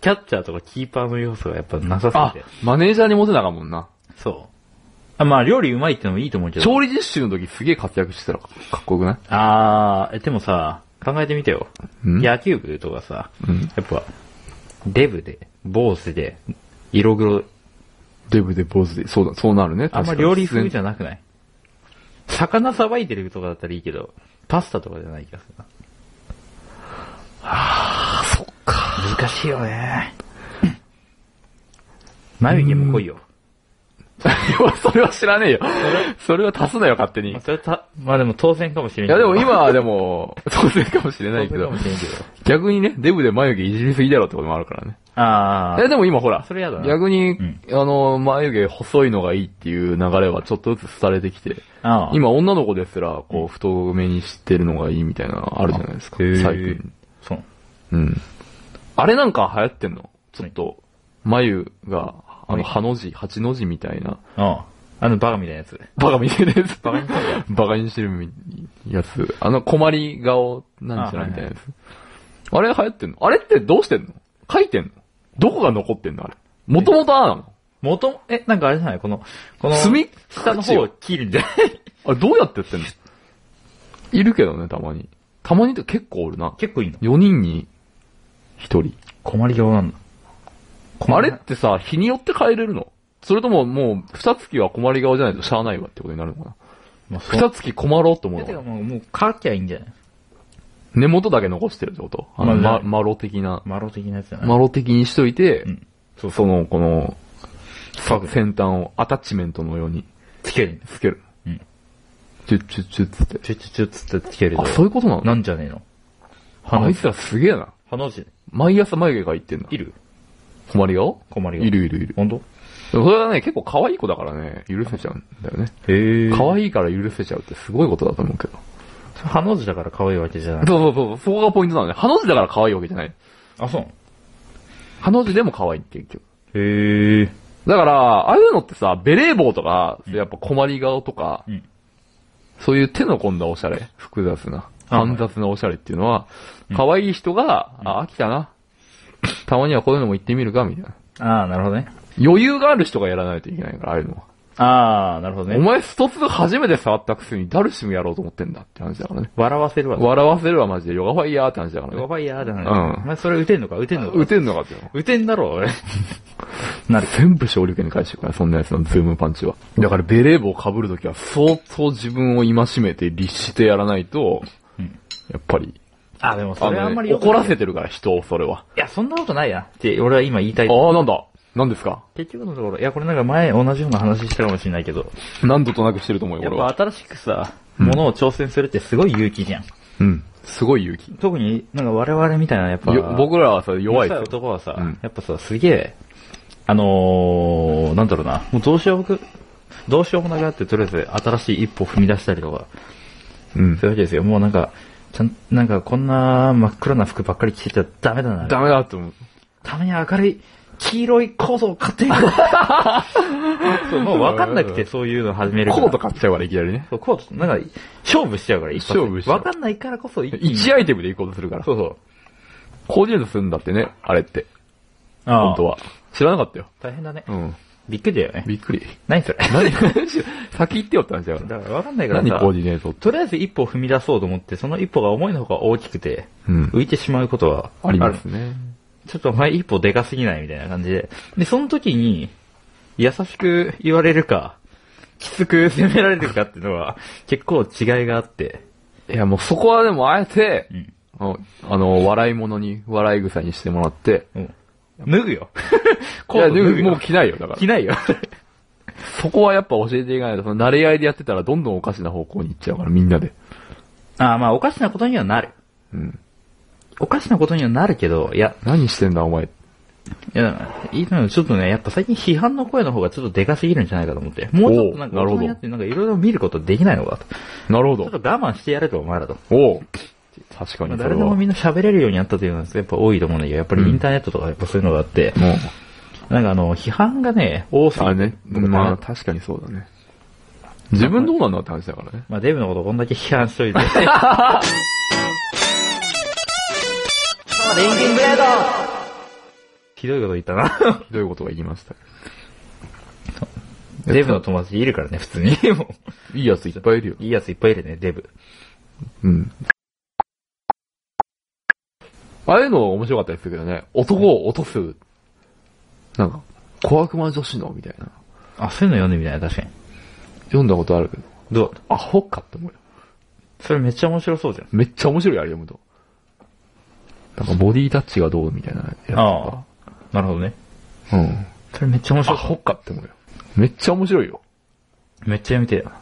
[SPEAKER 2] キャッチャーとかキーパーの要素がやっぱなさ
[SPEAKER 1] あ
[SPEAKER 2] すぎて。、
[SPEAKER 1] マネージャーにモテなかもんな。
[SPEAKER 2] そう。あ、まあ料理うまいってのもいいと思うけど。
[SPEAKER 1] 調理実習の時すげえ活躍してたらかっこよくない
[SPEAKER 2] あー、えでもさ、考えてみてよ。
[SPEAKER 1] ん
[SPEAKER 2] 野球部とかさ、
[SPEAKER 1] うん
[SPEAKER 2] やっぱ、デブで、坊主で、色黒、
[SPEAKER 1] デブで坊主で、そうだ、そうなるね。
[SPEAKER 2] あんま料理風じ
[SPEAKER 1] ゃん。
[SPEAKER 2] ゃなくない魚さばいてるとかだったらいいけど、パスタとかじゃない気がするな。
[SPEAKER 1] あ、そっか。
[SPEAKER 2] 難しいよね。眉毛も濃いよ。
[SPEAKER 1] それは知らねえよ。それは足すなよ、勝手に。い
[SPEAKER 2] まあ、それた、まあでも当選かもしれんけ
[SPEAKER 1] や、
[SPEAKER 2] ど。
[SPEAKER 1] でも今はでも、 当然かもしれないけど
[SPEAKER 2] そうかも、しれんけど。
[SPEAKER 1] 逆にね、デブで眉毛いじりすぎだろってこともあるからね。
[SPEAKER 2] あ
[SPEAKER 1] いや、でも今ほら、
[SPEAKER 2] それやだな
[SPEAKER 1] 逆に
[SPEAKER 2] うん、
[SPEAKER 1] あの、眉毛細いのがいいっていう流れはちょっとずつ廃れてきて、
[SPEAKER 2] ああ。
[SPEAKER 1] 今女の子ですら、こう、太めにしてるのがいいみたいなのあるじゃないですか、
[SPEAKER 2] へえ
[SPEAKER 1] 最近。
[SPEAKER 2] そう。
[SPEAKER 1] うん。あれなんか流行ってんのちょっと、眉が、あ
[SPEAKER 2] は
[SPEAKER 1] の、
[SPEAKER 2] い
[SPEAKER 1] ハの字、八の字みたいな、
[SPEAKER 2] ああ。あのバカみたいなやつ。
[SPEAKER 1] バカみたいなやつ。
[SPEAKER 2] バカにしてるや
[SPEAKER 1] バカにしてるやつ。あの、困り顔、なんちゃらみたいなやつ。あれ流行ってんのあれってどうしてんの書いてんのどこが残ってんのあれ。もともとああなの
[SPEAKER 2] 元、え、なんかあれじゃないこの、この、
[SPEAKER 1] 墨
[SPEAKER 2] 下の方を切るんじゃない
[SPEAKER 1] あれどうやってやってんのいるけどね、たまに。たまにって結構おるな。
[SPEAKER 2] 結構いいの
[SPEAKER 1] 4人に1人。
[SPEAKER 2] 困り顔なんだ。
[SPEAKER 1] あれってさ、日によって変えれるのそれとももう、二月は困り顔じゃないとしゃあないわってことになるのかな
[SPEAKER 2] まあ、そう。
[SPEAKER 1] 二月困ろうと思う
[SPEAKER 2] えてか
[SPEAKER 1] の
[SPEAKER 2] もう、もう、乾きゃいいんじゃない
[SPEAKER 1] 根元だけ残してるってことあの、
[SPEAKER 2] ま
[SPEAKER 1] ま
[SPEAKER 2] あ、
[SPEAKER 1] マロ的な。
[SPEAKER 2] マロ的なやつじゃない
[SPEAKER 1] マロ的にしといて
[SPEAKER 2] う、ん。そうそ
[SPEAKER 1] そ
[SPEAKER 2] う。
[SPEAKER 1] の、この、
[SPEAKER 2] そう
[SPEAKER 1] 先端をアタッチメントのように
[SPEAKER 2] つける。
[SPEAKER 1] つける。
[SPEAKER 2] うん。
[SPEAKER 1] チュッチュッチュッつって。
[SPEAKER 2] ちょちょちょつってつけると
[SPEAKER 1] あ、そういうことなの
[SPEAKER 2] なんじゃねえの
[SPEAKER 1] あ
[SPEAKER 2] 鼻
[SPEAKER 1] いつらすげえな。
[SPEAKER 2] 鼻字。
[SPEAKER 1] 毎朝眉毛がいってんだ。
[SPEAKER 2] いる
[SPEAKER 1] 困り顔
[SPEAKER 2] 困り顔。
[SPEAKER 1] い。るいるいる。
[SPEAKER 2] ほんと
[SPEAKER 1] でもそれはね、結構可愛い子だからね、許せちゃうんだよね。
[SPEAKER 2] へえ。
[SPEAKER 1] 可
[SPEAKER 2] いい。
[SPEAKER 1] 愛いから許せちゃうってすごいことだと思うけど。
[SPEAKER 2] 鼻字だから可愛いわけじゃない。
[SPEAKER 1] そうそうそう、そこがポイントなのね。ハの字だから可愛いわけじゃない。
[SPEAKER 2] あ、そう
[SPEAKER 1] ハの字でも可愛い、結局。
[SPEAKER 2] へえ。
[SPEAKER 1] だから、ああいうのってさ、ベレー帽とか、やっぱ困り顔とか、
[SPEAKER 2] うん
[SPEAKER 1] そういう手の込んだおしゃれ、複雑な、
[SPEAKER 2] あは
[SPEAKER 1] 煩
[SPEAKER 2] い
[SPEAKER 1] 雑なおしゃれっていうのは、可愛い人が、あ、飽きたな。たまにはこういうのも行ってみるか、みたいな。
[SPEAKER 2] ああ、なるほどね。
[SPEAKER 1] 余裕がある人がやらないといけないから、ああいうのは。
[SPEAKER 2] ああ、なるほど
[SPEAKER 1] お
[SPEAKER 2] ね。
[SPEAKER 1] 前スト2初めて触ったくせにダルシムやろうと思ってんだって話だからね。
[SPEAKER 2] 笑わせるわ。
[SPEAKER 1] 笑わせるはマジでヨガファイヤーって話だから
[SPEAKER 2] や
[SPEAKER 1] ね。
[SPEAKER 2] ばいやーだ
[SPEAKER 1] うん
[SPEAKER 2] な。お前それ打てんのか打てんのか
[SPEAKER 1] 打てんのかってよ。
[SPEAKER 2] 打てんだろ、俺。なる。
[SPEAKER 1] 全部省力に返してくから、そんなやつのズームパンチは。だからベレー帽被るときは相当自分を戒めて律してやらないと、
[SPEAKER 2] うん
[SPEAKER 1] やっぱり、
[SPEAKER 2] あ、でもそれはあんまり
[SPEAKER 1] の
[SPEAKER 2] 良
[SPEAKER 1] ね
[SPEAKER 2] くない
[SPEAKER 1] 怒らせてるから人をそれは。
[SPEAKER 2] いや、そんなことないや。って、俺は今言いたい。
[SPEAKER 1] ああ、なんだ。何ですか
[SPEAKER 2] 結局のところ、いや、これなんか前同じような話したかもしれないけど、
[SPEAKER 1] 何度となくしてると思うよ、
[SPEAKER 2] やっ
[SPEAKER 1] 俺
[SPEAKER 2] ぱ
[SPEAKER 1] は。
[SPEAKER 2] 新しくさ、ものを挑戦するってすごい勇気じゃん。
[SPEAKER 1] うん。すごい勇気。
[SPEAKER 2] 特になんか我々みたいな、やっぱ、
[SPEAKER 1] よ僕らはさ、弱いです
[SPEAKER 2] 小さ
[SPEAKER 1] よ
[SPEAKER 2] い男はさ、
[SPEAKER 1] うん
[SPEAKER 2] やっぱさ、すげえ、あのー、なんだろうな、もうどうしようもく、どうしようもなくなって、とりあえず新しい一歩踏み出したりとか、
[SPEAKER 1] うん
[SPEAKER 2] そう。いうわけですよ。もうなんか、ちゃん、なんかこんな真っ暗な服ばっかり着てちゃダメだな。
[SPEAKER 1] ダメだと思う。
[SPEAKER 2] たまに明るい、黄色いコートを買っ ていこう。そうもう分かんなくてそういうの始めるから。
[SPEAKER 1] コード買っちゃうから、いきなりね。
[SPEAKER 2] そうコート、なんか、勝負しちゃうから、一発で
[SPEAKER 1] 勝負しちゃう
[SPEAKER 2] 分かんないからこそ一気に
[SPEAKER 1] 1アイテムで行こうとするから。
[SPEAKER 2] そうそう。
[SPEAKER 1] コーディネートするんだってね、あれって。
[SPEAKER 2] あ
[SPEAKER 1] 本当は。知らなかったよ。
[SPEAKER 2] 大変だね。
[SPEAKER 1] うん。
[SPEAKER 2] びっくりだよね。
[SPEAKER 1] びっくり。
[SPEAKER 2] 何それ。
[SPEAKER 1] 何 先行ってよって話だから。
[SPEAKER 2] だから分かんないから
[SPEAKER 1] 何コー
[SPEAKER 2] さ
[SPEAKER 1] デ、ィネートって。
[SPEAKER 2] とりあえず一歩踏み出そうと思って、その一歩が思いのほか大きくて、
[SPEAKER 1] うん
[SPEAKER 2] 浮いてしまうことは
[SPEAKER 1] ありますね。
[SPEAKER 2] ちょっとお前一歩でかすぎないみたいな感じで。で、その時に、優しく言われるか、きつく 責められるかっていうのは、結構違いがあって。
[SPEAKER 1] いや、もうそこはでもあえて
[SPEAKER 2] う、ん。
[SPEAKER 1] あの、笑い物に、笑い草にしてもらって、
[SPEAKER 2] うん。脱ぐよ。
[SPEAKER 1] い
[SPEAKER 2] コー
[SPEAKER 1] や、
[SPEAKER 2] ト
[SPEAKER 1] で
[SPEAKER 2] 脱ぐ
[SPEAKER 1] もも
[SPEAKER 2] よ
[SPEAKER 1] う。着ないよ、だから
[SPEAKER 2] 着。ないよ。
[SPEAKER 1] そこはやっぱ教えていかないと、その慣れ合いでやってたらどんどんおかしな方向に行っちゃうから、みんなで。
[SPEAKER 2] ああ、まあ、おかしなことにはなる。
[SPEAKER 1] うん。
[SPEAKER 2] おかしなことにはなるけど、いや、
[SPEAKER 1] 何してんだ、お前。
[SPEAKER 2] いや、いいのよちょっとね、やっぱ最近批判の声の方がちょっとでかすぎるんじゃないかと思って。もうちょっとなんか、
[SPEAKER 1] おうなるほど
[SPEAKER 2] 大人になってなんかいろいろ見ることできないのかと。ち
[SPEAKER 1] なるほ
[SPEAKER 2] ょっ
[SPEAKER 1] ど。
[SPEAKER 2] と我慢してやれと、お前らと。
[SPEAKER 1] おう確かに、それ
[SPEAKER 2] 誰でも
[SPEAKER 1] は。
[SPEAKER 2] みんな喋れるようになったというのはやっぱ多いと思うんだけど、やっぱりインターネットとかやっぱそういうのがあって、
[SPEAKER 1] もう、
[SPEAKER 2] なんかあの、批判がね、多すぎ
[SPEAKER 1] あ
[SPEAKER 2] て
[SPEAKER 1] ね、まあ確かにそうだね。自分どうなんだって話だからね。
[SPEAKER 2] まあデブのことこんだけ批判しと いて。ひどいこと言った な。
[SPEAKER 1] ひどいことが言いました。
[SPEAKER 2] デブの友達いるからね、普通に。も
[SPEAKER 1] いいやついっぱいいるよ
[SPEAKER 2] う。いいやついっぱいいるね、デブ。
[SPEAKER 1] うん。ああいうの面白かったりするけどね。男を落とす。なんか、小悪魔女子のみたいな。
[SPEAKER 2] あ、そういうの読んでみたいな、確かに。
[SPEAKER 1] 読んだことあるけど。
[SPEAKER 2] どう
[SPEAKER 1] アホかって思うよ。
[SPEAKER 2] それめっちゃ面白そうじゃん。
[SPEAKER 1] めっちゃ面白いよ、あれ読むと。なんかボディタッチがどうみたいなやつとか。
[SPEAKER 2] なるほどね。
[SPEAKER 1] うん。
[SPEAKER 2] それめっちゃ面
[SPEAKER 1] ア
[SPEAKER 2] 白そ
[SPEAKER 1] ホかって思うよ。めっちゃ面白いよ。
[SPEAKER 2] う。めっちゃやめてよ。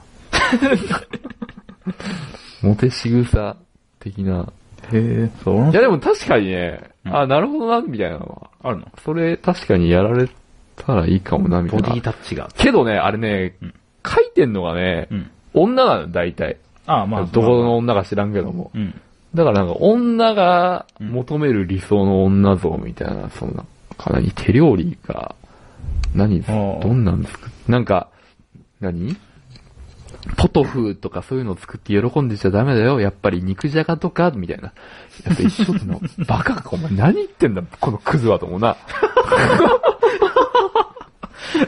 [SPEAKER 1] モテ仕草的な。
[SPEAKER 2] へえ、そう
[SPEAKER 1] いやでも確かにね、
[SPEAKER 2] うん
[SPEAKER 1] あ、なるほどな、みたいなのは。
[SPEAKER 2] あるの
[SPEAKER 1] それ確かにやられたらいいかもな、みた
[SPEAKER 2] ボ
[SPEAKER 1] い
[SPEAKER 2] デ
[SPEAKER 1] な
[SPEAKER 2] ィ。タッチが。
[SPEAKER 1] けどね、あれね、書いてんのがね、
[SPEAKER 2] ん。
[SPEAKER 1] 女なの、大体。
[SPEAKER 2] ああ、まあ。
[SPEAKER 1] どこの女か知らんけども。
[SPEAKER 2] うん。
[SPEAKER 1] だからなんか、女が求める理想の女像みたいな、そんな、かなり手料理か、何、
[SPEAKER 2] あー
[SPEAKER 1] どんなん作っなんか、何ポトフとかそういうの作って喜んでちゃダメだよ。やっぱり肉じゃがとか、みたいな。やっぱ一緒って の、バカか、お前何言ってんだ、このクズはと思うな。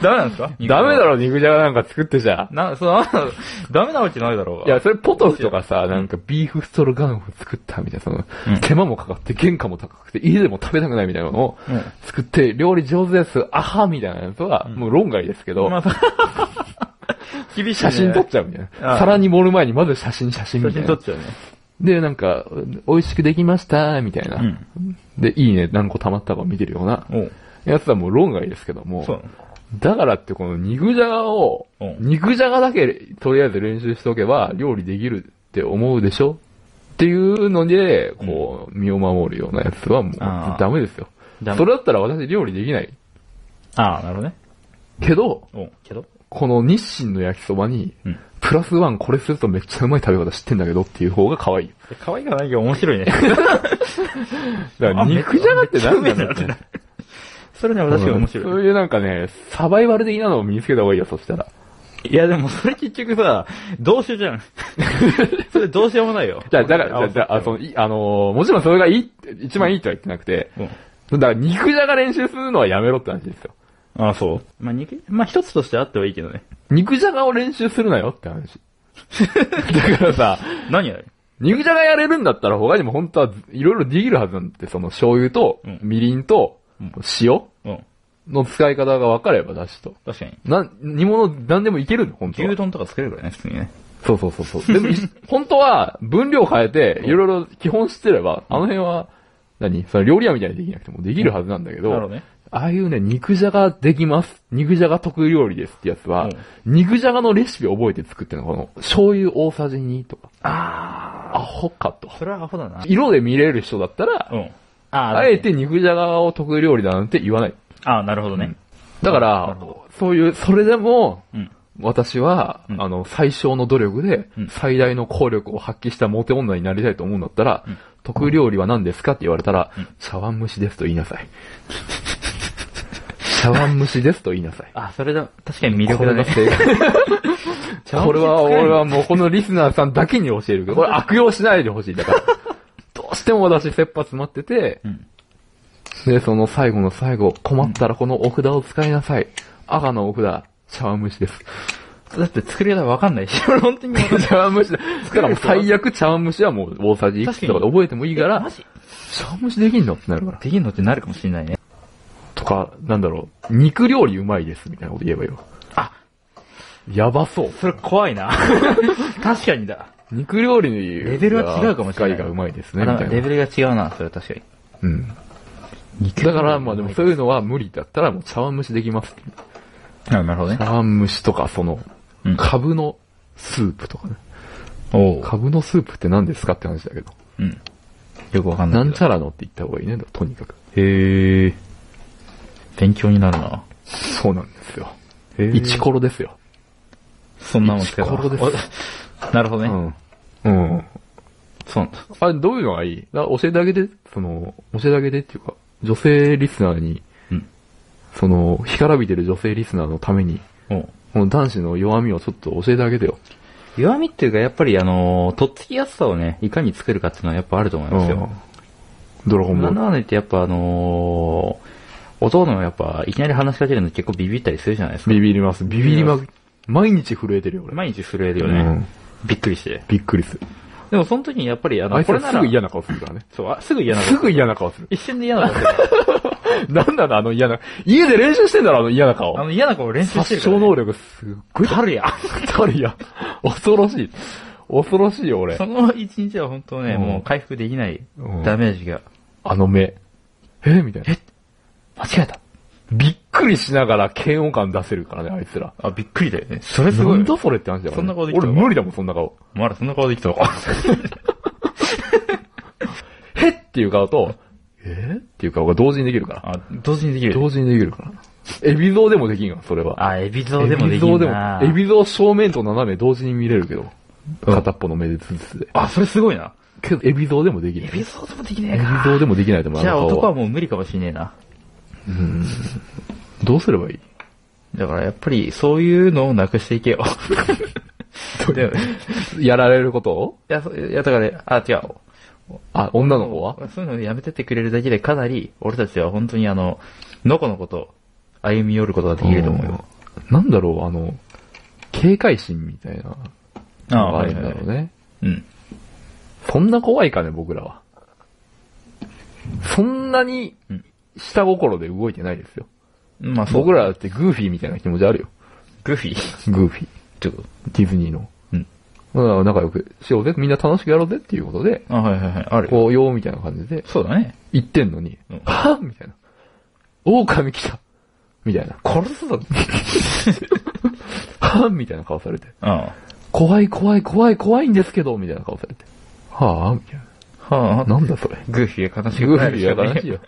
[SPEAKER 2] ダメなんですか
[SPEAKER 1] ダメだ。ろ、肉じゃがなんか作ってじゃ。
[SPEAKER 2] な、その、 ダメなわけないだろうが。
[SPEAKER 1] いや、それポトフとかさ、なんかビーフストロガンを作ったみたいな、その、
[SPEAKER 2] うん
[SPEAKER 1] 手間もかかって、原価も高くて、家でも食べたくないみたいなのを
[SPEAKER 2] うん
[SPEAKER 1] 作って、料理上手です、あはみたいなやつは、もう論外ですけど、
[SPEAKER 2] まあ、 厳しい、
[SPEAKER 1] 写
[SPEAKER 2] ね。
[SPEAKER 1] 真撮っちゃうみたい
[SPEAKER 2] あ
[SPEAKER 1] な。
[SPEAKER 2] あ
[SPEAKER 1] 皿に盛る前にまず写真写真
[SPEAKER 2] 写
[SPEAKER 1] みた
[SPEAKER 2] 真
[SPEAKER 1] い
[SPEAKER 2] 撮っ
[SPEAKER 1] な。
[SPEAKER 2] ちゃうね。
[SPEAKER 1] で、なんか、美味しくできました、みたいな。で、いいね、何個溜まったかを見てるような、
[SPEAKER 2] うん。
[SPEAKER 1] やつはもう論外ですけど
[SPEAKER 2] お
[SPEAKER 1] も、
[SPEAKER 2] う。そう
[SPEAKER 1] だからってこの肉じゃがを、
[SPEAKER 2] うん
[SPEAKER 1] 肉じゃがだけとりあえず練習しておけば料理できるって思うでしょっていうので、こう、身を守るようなやつはもう
[SPEAKER 2] あー
[SPEAKER 1] ダメですよ
[SPEAKER 2] ダ。メ
[SPEAKER 1] それだったら私料理できない。
[SPEAKER 2] ああ、なるほどね。
[SPEAKER 1] けど、
[SPEAKER 2] うん。けど
[SPEAKER 1] この日清の焼きそばに、
[SPEAKER 2] うん
[SPEAKER 1] プラスワンこれするとめっちゃうまい食べ方知ってんだけどっていう方が可愛い。
[SPEAKER 2] 可愛いかないけど面白いね。
[SPEAKER 1] だから
[SPEAKER 2] あめ
[SPEAKER 1] 肉じゃがって何なんだ
[SPEAKER 2] めっちゃうめえな
[SPEAKER 1] ろ
[SPEAKER 2] ってそれね、
[SPEAKER 1] うね
[SPEAKER 2] 確かに面白い。
[SPEAKER 1] そういうなんかね、サバイバル的なのを身につけた方がいいよ、そしたら。
[SPEAKER 2] いや、でもそれ結局さ、どうしようじゃん。 それどうしようもないよ。
[SPEAKER 1] じゃあ、だから、じゃあじゃあ、あその、いあのーもちろんそれがいい、一番いいとは言ってなくて、
[SPEAKER 2] う
[SPEAKER 1] だ
[SPEAKER 2] ん
[SPEAKER 1] から肉じゃが練習するのはやめろって話ですよ。
[SPEAKER 2] ああ、そうまあ、肉、まあ、一つとしてあってはいいけ どね。
[SPEAKER 1] 肉じゃがを練習するなよって話。だからさ、
[SPEAKER 2] 何あれ
[SPEAKER 1] 肉じゃがやれるんだったら他にも本当はいろいろできるはずなんで、その醤油と
[SPEAKER 2] うん、
[SPEAKER 1] みりんと
[SPEAKER 2] うん、
[SPEAKER 1] 塩
[SPEAKER 2] うん。
[SPEAKER 1] の使い方が分かれば、だしと。
[SPEAKER 2] 確かに。
[SPEAKER 1] なん、煮物何でもいけるの、本当は
[SPEAKER 2] 牛丼とか作れるからね、普通にね。
[SPEAKER 1] そうそうそうそう。で も、い本当は、分量変えて、いろいろ基本知ってれば、あの辺は、何その料理屋みたいにできなくてもできるはずなんだけど、
[SPEAKER 2] なるほどね。
[SPEAKER 1] ああいうね、肉じゃができます。肉じゃが得意料理ですってやつは、肉じゃがのレシピを覚えて作ってるの。この、醤油大さじ2とか、
[SPEAKER 2] あ
[SPEAKER 1] アホかと
[SPEAKER 2] あ。。それはアホだな。
[SPEAKER 1] 色で見れる人だったら、
[SPEAKER 2] うん。あ
[SPEAKER 1] あえ。て肉じゃがを得意料理だなんて言わない。
[SPEAKER 2] ああ、なるほどね。
[SPEAKER 1] だか
[SPEAKER 2] な
[SPEAKER 1] ら
[SPEAKER 2] るほど、
[SPEAKER 1] そういう、それでも、
[SPEAKER 2] うん。
[SPEAKER 1] 私は、
[SPEAKER 2] うん
[SPEAKER 1] あの、最小の努力で
[SPEAKER 2] うん、
[SPEAKER 1] 最大の効力を発揮したモテ女になりたいと思うんだったら、
[SPEAKER 2] うん
[SPEAKER 1] 得意料理は何ですかって言われたら、
[SPEAKER 2] うん
[SPEAKER 1] 茶碗蒸しですと言いなさい。 茶碗蒸しですと言いなさい。
[SPEAKER 2] あ、それだ、確か に魅力
[SPEAKER 1] こ
[SPEAKER 2] だ
[SPEAKER 1] れが
[SPEAKER 2] ね。
[SPEAKER 1] 正解
[SPEAKER 2] 茶碗蒸し
[SPEAKER 1] これは、
[SPEAKER 2] 作れる
[SPEAKER 1] 俺はもうこのリスナーさんだけに教えるけど、これ悪用しないでほしい。だ から、どうしても私、切羽詰まってて、
[SPEAKER 2] うん。
[SPEAKER 1] で、その最後の最後、困ったらこのお札を使いなさい。赤のお札、茶碗蒸しです。
[SPEAKER 2] だって作り方わかんないし、俺本当にわかんな い。
[SPEAKER 1] 茶碗蒸しだ。だからもう最悪茶碗蒸しはもう大さじいくつとかで覚えてもいいか
[SPEAKER 2] えマ
[SPEAKER 1] ら、
[SPEAKER 2] ジ
[SPEAKER 1] 茶碗蒸しできんのってなるから。
[SPEAKER 2] できんのってなるかもしれないね。
[SPEAKER 1] とか、なんだろう、肉料理うまいですみたいなこと言えばいいよ。
[SPEAKER 2] あ、
[SPEAKER 1] やばそう。
[SPEAKER 2] それ怖いな。 確かにだ。
[SPEAKER 1] 肉料理に
[SPEAKER 2] レベルは違うかもしれない
[SPEAKER 1] がうまいです
[SPEAKER 2] あ
[SPEAKER 1] ね、みた
[SPEAKER 2] レ
[SPEAKER 1] いな。
[SPEAKER 2] ベルが違うな、それは確かに。
[SPEAKER 1] うん。だから、まあでもそういうのは無理だったらもう茶碗蒸しできます。
[SPEAKER 2] あなるほどね。
[SPEAKER 1] 茶碗蒸しとか、その
[SPEAKER 2] うん、
[SPEAKER 1] カブのスープとかね。
[SPEAKER 2] おう
[SPEAKER 1] カブのスープって何ですかって話だけど。
[SPEAKER 2] うん。よくわかんない
[SPEAKER 1] な
[SPEAKER 2] けど。
[SPEAKER 1] んちゃらのって言った方がいいね、とにかく。
[SPEAKER 2] へえ。勉強になるな。
[SPEAKER 1] そうなんですよ。
[SPEAKER 2] へ
[SPEAKER 1] イチコロですよ。
[SPEAKER 2] そんなもんつけた
[SPEAKER 1] イチコロです
[SPEAKER 2] お なるほど
[SPEAKER 1] う
[SPEAKER 2] ね。
[SPEAKER 1] ん。うん。
[SPEAKER 2] そうなんだ。
[SPEAKER 1] あ、どういうのがいいだ教えてあげて、その、教えてあげてっていうか、女性リスナーに、
[SPEAKER 2] うん。
[SPEAKER 1] その、干からびてる女性リスナーのために、
[SPEAKER 2] おう
[SPEAKER 1] この男子の弱みをちょっと教えてあげてよ。
[SPEAKER 2] 弱みっていうか、やっぱりあのー、とっつきやすさをね、いかに作るかっていうのはやっぱあると思いますよ。
[SPEAKER 1] ドラゴンボ
[SPEAKER 2] な
[SPEAKER 1] ー
[SPEAKER 2] んだ
[SPEAKER 1] ル。
[SPEAKER 2] かんだ言ってやっぱあのー、お父のやっぱ、いきなり話しかけるの結構ビビったりするじゃないですか。
[SPEAKER 1] ビビります。ビビりまく、毎日震えてるよ、俺。
[SPEAKER 2] 毎日震えるよ
[SPEAKER 1] う
[SPEAKER 2] ね
[SPEAKER 1] ん。
[SPEAKER 2] びっくりして。
[SPEAKER 1] びっくりする。
[SPEAKER 2] でもその時にやっぱり、あ
[SPEAKER 1] あ
[SPEAKER 2] の、
[SPEAKER 1] いつ
[SPEAKER 2] これ
[SPEAKER 1] は
[SPEAKER 2] な
[SPEAKER 1] す
[SPEAKER 2] ら
[SPEAKER 1] ぐ、嫌な顔するからね。
[SPEAKER 2] そう、あすぐ嫌なこ
[SPEAKER 1] す
[SPEAKER 2] と。
[SPEAKER 1] ぐ嫌な顔する。
[SPEAKER 2] 一瞬で嫌なこと。
[SPEAKER 1] なんなのあの嫌な、家で練習してんだろ、あの嫌な顔
[SPEAKER 2] あ。の嫌な顔練習して
[SPEAKER 1] 殺傷
[SPEAKER 2] るから、ね。
[SPEAKER 1] 能力すっごい高い。
[SPEAKER 2] たるや。
[SPEAKER 1] 誰や。恐ろしい。恐ろしいよ、俺
[SPEAKER 2] そ。の一日は本当ね、
[SPEAKER 1] うん
[SPEAKER 2] もう回復できない
[SPEAKER 1] うん
[SPEAKER 2] ダメージが。
[SPEAKER 1] あの目。えみたいな。
[SPEAKER 2] 間違えた。
[SPEAKER 1] びっくりしながら嫌悪感出せるからね、あいつら。
[SPEAKER 2] あ、びっくりだよね。それす
[SPEAKER 1] な
[SPEAKER 2] ご
[SPEAKER 1] ん
[SPEAKER 2] いよ。
[SPEAKER 1] だそれって話だからね
[SPEAKER 2] そんな顔できた
[SPEAKER 1] 俺無理だもん、そんな顔。
[SPEAKER 2] まだそんな顔できたわ。
[SPEAKER 1] へっていう顔と、えっていう顔が同時にできるから。
[SPEAKER 2] あ、同時にできる。
[SPEAKER 1] 同時にできるから。エビ像でもできんよ、それは。
[SPEAKER 2] あ、エビゾでも
[SPEAKER 1] エビ
[SPEAKER 2] でき
[SPEAKER 1] 像
[SPEAKER 2] る
[SPEAKER 1] で
[SPEAKER 2] な
[SPEAKER 1] も、エビ像正面と斜め同時に見れるけど。片っぽの目でずつで。
[SPEAKER 2] あ、それすごいな。
[SPEAKER 1] けど、エビ像でもできな
[SPEAKER 2] エ
[SPEAKER 1] い。
[SPEAKER 2] ビゾでもできね
[SPEAKER 1] エ
[SPEAKER 2] え
[SPEAKER 1] ビ
[SPEAKER 2] か。
[SPEAKER 1] 像でもできないと思う。
[SPEAKER 2] じゃあ
[SPEAKER 1] の顔
[SPEAKER 2] 男はもう無理かもしんねえな。
[SPEAKER 1] どうすればいい
[SPEAKER 2] だからやっぱりそういうのをなくしていけよ。でもい
[SPEAKER 1] やられることを
[SPEAKER 2] や、そういやだから、あ、違う。
[SPEAKER 1] あ、女の子は
[SPEAKER 2] そういうのやめてってくれるだけでかなり、俺たちは本当にあの、のこのこと、歩み寄ることができると思うよ。
[SPEAKER 1] うんなんだろう、あの、警戒心みたいな。
[SPEAKER 2] あ
[SPEAKER 1] あるんだろうね。
[SPEAKER 2] うん。
[SPEAKER 1] そんな怖いかね、僕らは。そんなに
[SPEAKER 2] うん、
[SPEAKER 1] 下心で動いてないですよ。
[SPEAKER 2] まあ、そう
[SPEAKER 1] 僕らだってグーフィーみたいな気持ちあるよ。
[SPEAKER 2] グーフィー。
[SPEAKER 1] グーフィー。
[SPEAKER 2] ちょっと。
[SPEAKER 1] ディズニーの。
[SPEAKER 2] うん。
[SPEAKER 1] だから仲良くしようぜ、みんな楽しくやろうぜっていうことで、
[SPEAKER 2] あ、はいはいはい。あるよ。
[SPEAKER 1] こう、ようみたいな感じで、
[SPEAKER 2] そうだね。
[SPEAKER 1] 言ってんのに
[SPEAKER 2] うん、
[SPEAKER 1] はぁみたいな。狼来たみたいな。
[SPEAKER 2] 殺すぞ。
[SPEAKER 1] はぁみたいな顔されて。
[SPEAKER 2] うん。は
[SPEAKER 1] 怖い怖い怖い怖いんですけどみたいな顔されて。はぁみたいな。
[SPEAKER 2] はあ、
[SPEAKER 1] なんだそ れ。
[SPEAKER 2] グーフィーが悲しい。
[SPEAKER 1] グーフィーが悲しいよ。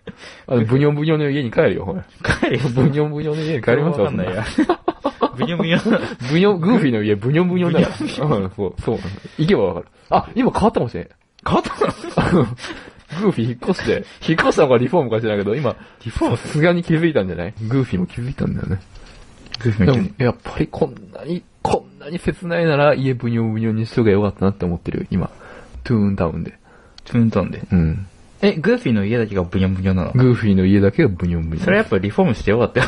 [SPEAKER 1] あの、ブニョブニョの家に帰るよ、ほら。
[SPEAKER 2] 帰れよ、
[SPEAKER 1] ブニョブニョの家に帰りますよ、
[SPEAKER 2] わかんないや。ブニョブニョ。
[SPEAKER 1] そんなブニョ、グーフィーの家、ブニョブニョだから。うん、そう、そう。行けばわかる。あ、今変わったかもしれん。
[SPEAKER 2] 変わったの
[SPEAKER 1] グーフィー引っ越して、引っ越したのかリフォームか知らんけど、今、
[SPEAKER 2] リフォー
[SPEAKER 1] さすがに気づいたんじゃないグーフィーも気づいたんだよね。
[SPEAKER 2] グーフィ
[SPEAKER 1] で
[SPEAKER 2] ーの
[SPEAKER 1] も、やっぱりこんなに、こんなに切ないなら、家ブニョブニョにしとけばよかったなって思ってるよ、今。トゥーンタウンで。
[SPEAKER 2] トゥーンタウンで。
[SPEAKER 1] うん。
[SPEAKER 2] え、グーフィーの家だけがブニョブニョなの
[SPEAKER 1] グーフィーの家だけがブニョブニョ。
[SPEAKER 2] それやっぱリフォームしてよかったよ。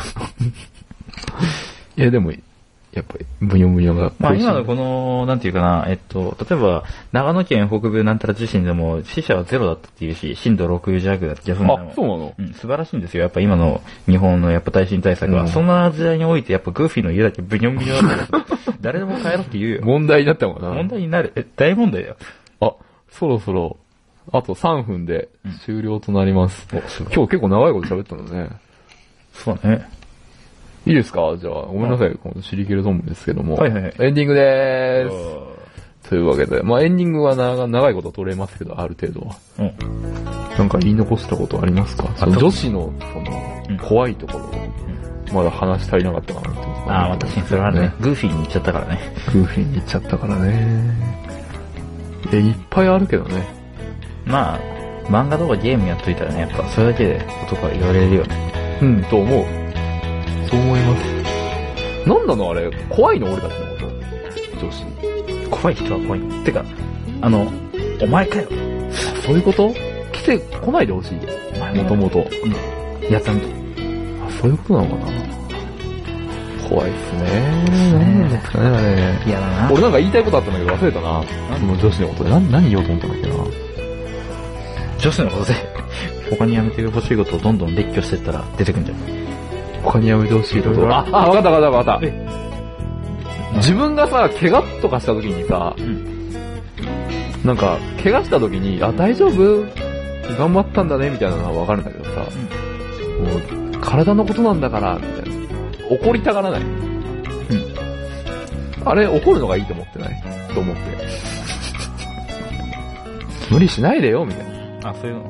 [SPEAKER 1] いや、でも、やっぱり、ブニョブニョが。
[SPEAKER 2] まあ今のこの、なんていうかな、えっと、例えば、長野県北部なんたら地震でも死者はゼロだったっていうし、震度6弱だった気がするんだよ
[SPEAKER 1] あ、そうなの
[SPEAKER 2] うん、素晴らしいんですよ。やっぱ今の日本のやっぱ耐震対策は。
[SPEAKER 1] うん
[SPEAKER 2] そんな時代においてやっぱグーフィーの家だけブニョンブニョンだから 誰でも帰ろうって言うよ。
[SPEAKER 1] 問題になったもんな。
[SPEAKER 2] 問題になる。え、大問題だよ。
[SPEAKER 1] あ、そろそろ、あと3分で終了となります。
[SPEAKER 2] おすごい
[SPEAKER 1] 今日結構長いこと喋ったのね。
[SPEAKER 2] そうね。
[SPEAKER 1] いいですかじゃあ、ごめんなさい。このシリケルトンボですけども。
[SPEAKER 2] はいはいはい
[SPEAKER 1] エンディング
[SPEAKER 2] う
[SPEAKER 1] でー
[SPEAKER 2] ん
[SPEAKER 1] す。というわけで、まあエンディングは長長いこと取れますけど、ある程度は。
[SPEAKER 2] うん。
[SPEAKER 1] なんか言い残したことありますかその
[SPEAKER 2] と
[SPEAKER 1] 女子の、そ
[SPEAKER 2] うん
[SPEAKER 1] の、怖いところ、まだ話し足りなかったかなって。
[SPEAKER 2] ああ、まあ確かにそれはあるね。グーフィーに行っちゃったからね。
[SPEAKER 1] グーフィーに行っちゃったからね。え、いっぱいあるけどね。
[SPEAKER 2] まあ、漫画とかゲームやっといたらね、やっぱそれだけで男は言われるよね。
[SPEAKER 1] うん、と思う。そう思います。なんなのあれ、怖いの俺たちのこと。女子。
[SPEAKER 2] 怖い人は怖い。てか、あの、お前かよ。
[SPEAKER 1] そういうこと来てこないでほしい。
[SPEAKER 2] お前
[SPEAKER 1] もともと。
[SPEAKER 2] と。やったんと。
[SPEAKER 1] あ、そういうことなのかな怖いっすね。何なんですかね、あれ。
[SPEAKER 2] 嫌だな。
[SPEAKER 1] 俺なんか言いたいことあったんだけど忘れたな。その女子のことで。な何言おうと思ったんだっけな。
[SPEAKER 2] 女子のことで、他にやめてほしいことをどんどん列挙してったら出てくんじゃん。
[SPEAKER 1] 他にやめてほしいこ
[SPEAKER 2] いろい
[SPEAKER 1] と。
[SPEAKER 2] ろ
[SPEAKER 1] あ、あ、わかったわかったわかっ
[SPEAKER 2] え
[SPEAKER 1] た。自分がさ、怪我とかした時にさ、
[SPEAKER 2] うん
[SPEAKER 1] なんか、怪我した時に、あ、大丈夫頑張ったんだね、みたいなのはわかるんだけどさ、もう、体のことなんだから、みたいな。怒りたがらない。あれ、怒るのがいいと思ってないと思って。無理しないでよ、みたい な。
[SPEAKER 2] あ、そういうの。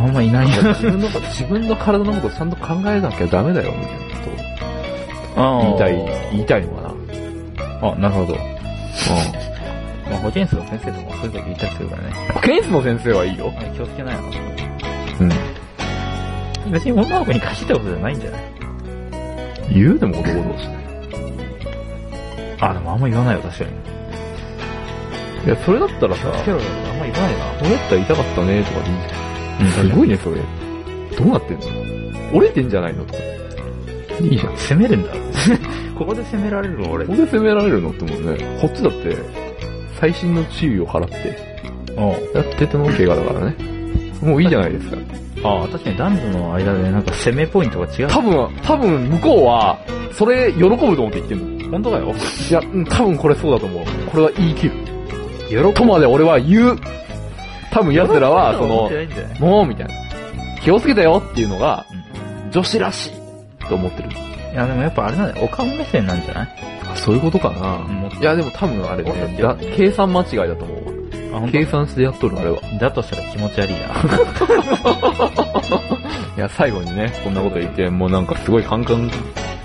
[SPEAKER 2] あんまいないよ。
[SPEAKER 1] 自分のこと、自分の体のことちゃんと考えなきゃダメだよ、みたいなことを言
[SPEAKER 2] 言
[SPEAKER 1] いたい、言いたいのかな。
[SPEAKER 2] あ、なるほど。まあ、保健室の先生とかもそういう時言ったりするからね。
[SPEAKER 1] 保健室の先生はいいよ。
[SPEAKER 2] あ気をつけないの
[SPEAKER 1] うん。
[SPEAKER 2] 別に女の子に貸したことじゃないんじゃない
[SPEAKER 1] 言うでも男同士ね。
[SPEAKER 2] あ、でもあんま言わないよ、確かに。
[SPEAKER 1] いや、それだったらさ、
[SPEAKER 2] つけろよ、あんま言わないな。
[SPEAKER 1] 俺だったら痛かったね、とかでいいじゃん。す
[SPEAKER 2] い。
[SPEAKER 1] ごいね、それ。どうなってんの折れてんじゃないのとか。いいじゃん。
[SPEAKER 2] 責めるんだ。 ここで責められるの俺。
[SPEAKER 1] ここで責められるのって思うね。こっちだって、最新の注意を払って、
[SPEAKER 2] う
[SPEAKER 1] やってての怪我だ からね。もういいじゃないですか。
[SPEAKER 2] ん。ああ、確かに男女の間でなんか攻めポイントが違う。
[SPEAKER 1] 多分、多分向こうは、それ喜ぶと思って言ってんの。
[SPEAKER 2] 本当だよ。
[SPEAKER 1] いや、うん多分これそうだと思う。これは言い切る。
[SPEAKER 2] 喜ぶ。
[SPEAKER 1] とまで俺は言う。多分奴らは、そ
[SPEAKER 2] 思っ
[SPEAKER 1] の
[SPEAKER 2] て、ないんじゃない
[SPEAKER 1] もう、みたいな。気をつけてよっていうのが、女子らしいと思ってる。
[SPEAKER 2] いや、でもやっぱあれなんだよ。お顔目線なんじゃない
[SPEAKER 1] あ、そういうことかな。
[SPEAKER 2] もっ
[SPEAKER 1] いや、でも多分あれね、だ計算間違いだと思う。
[SPEAKER 2] とあ、本
[SPEAKER 1] 計算してやっとる、あれは。
[SPEAKER 2] 当だとしたら気持ち悪いな。
[SPEAKER 1] いや、最後にね、こんなこと言って、もうなんかすごいカンカン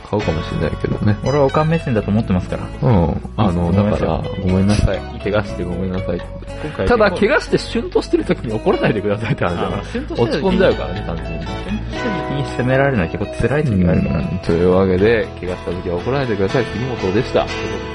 [SPEAKER 1] 買うかもしれないけどね。
[SPEAKER 2] 俺はおかん目線だと思ってますから。
[SPEAKER 1] うん。あの、
[SPEAKER 2] ごめん
[SPEAKER 1] だ
[SPEAKER 2] なさい
[SPEAKER 1] から、ごめんなさい。怪我してごめんなさい。
[SPEAKER 2] 今回
[SPEAKER 1] ただ、怪我してシュンとしてる時に怒らないでくださいって話だから。落ち込んじゃうからね、単純に。
[SPEAKER 2] 選手的に責められるのは結構辛い時があるから。
[SPEAKER 1] うんというわけで、怪我した時は怒らないでください。杉本でした。ということで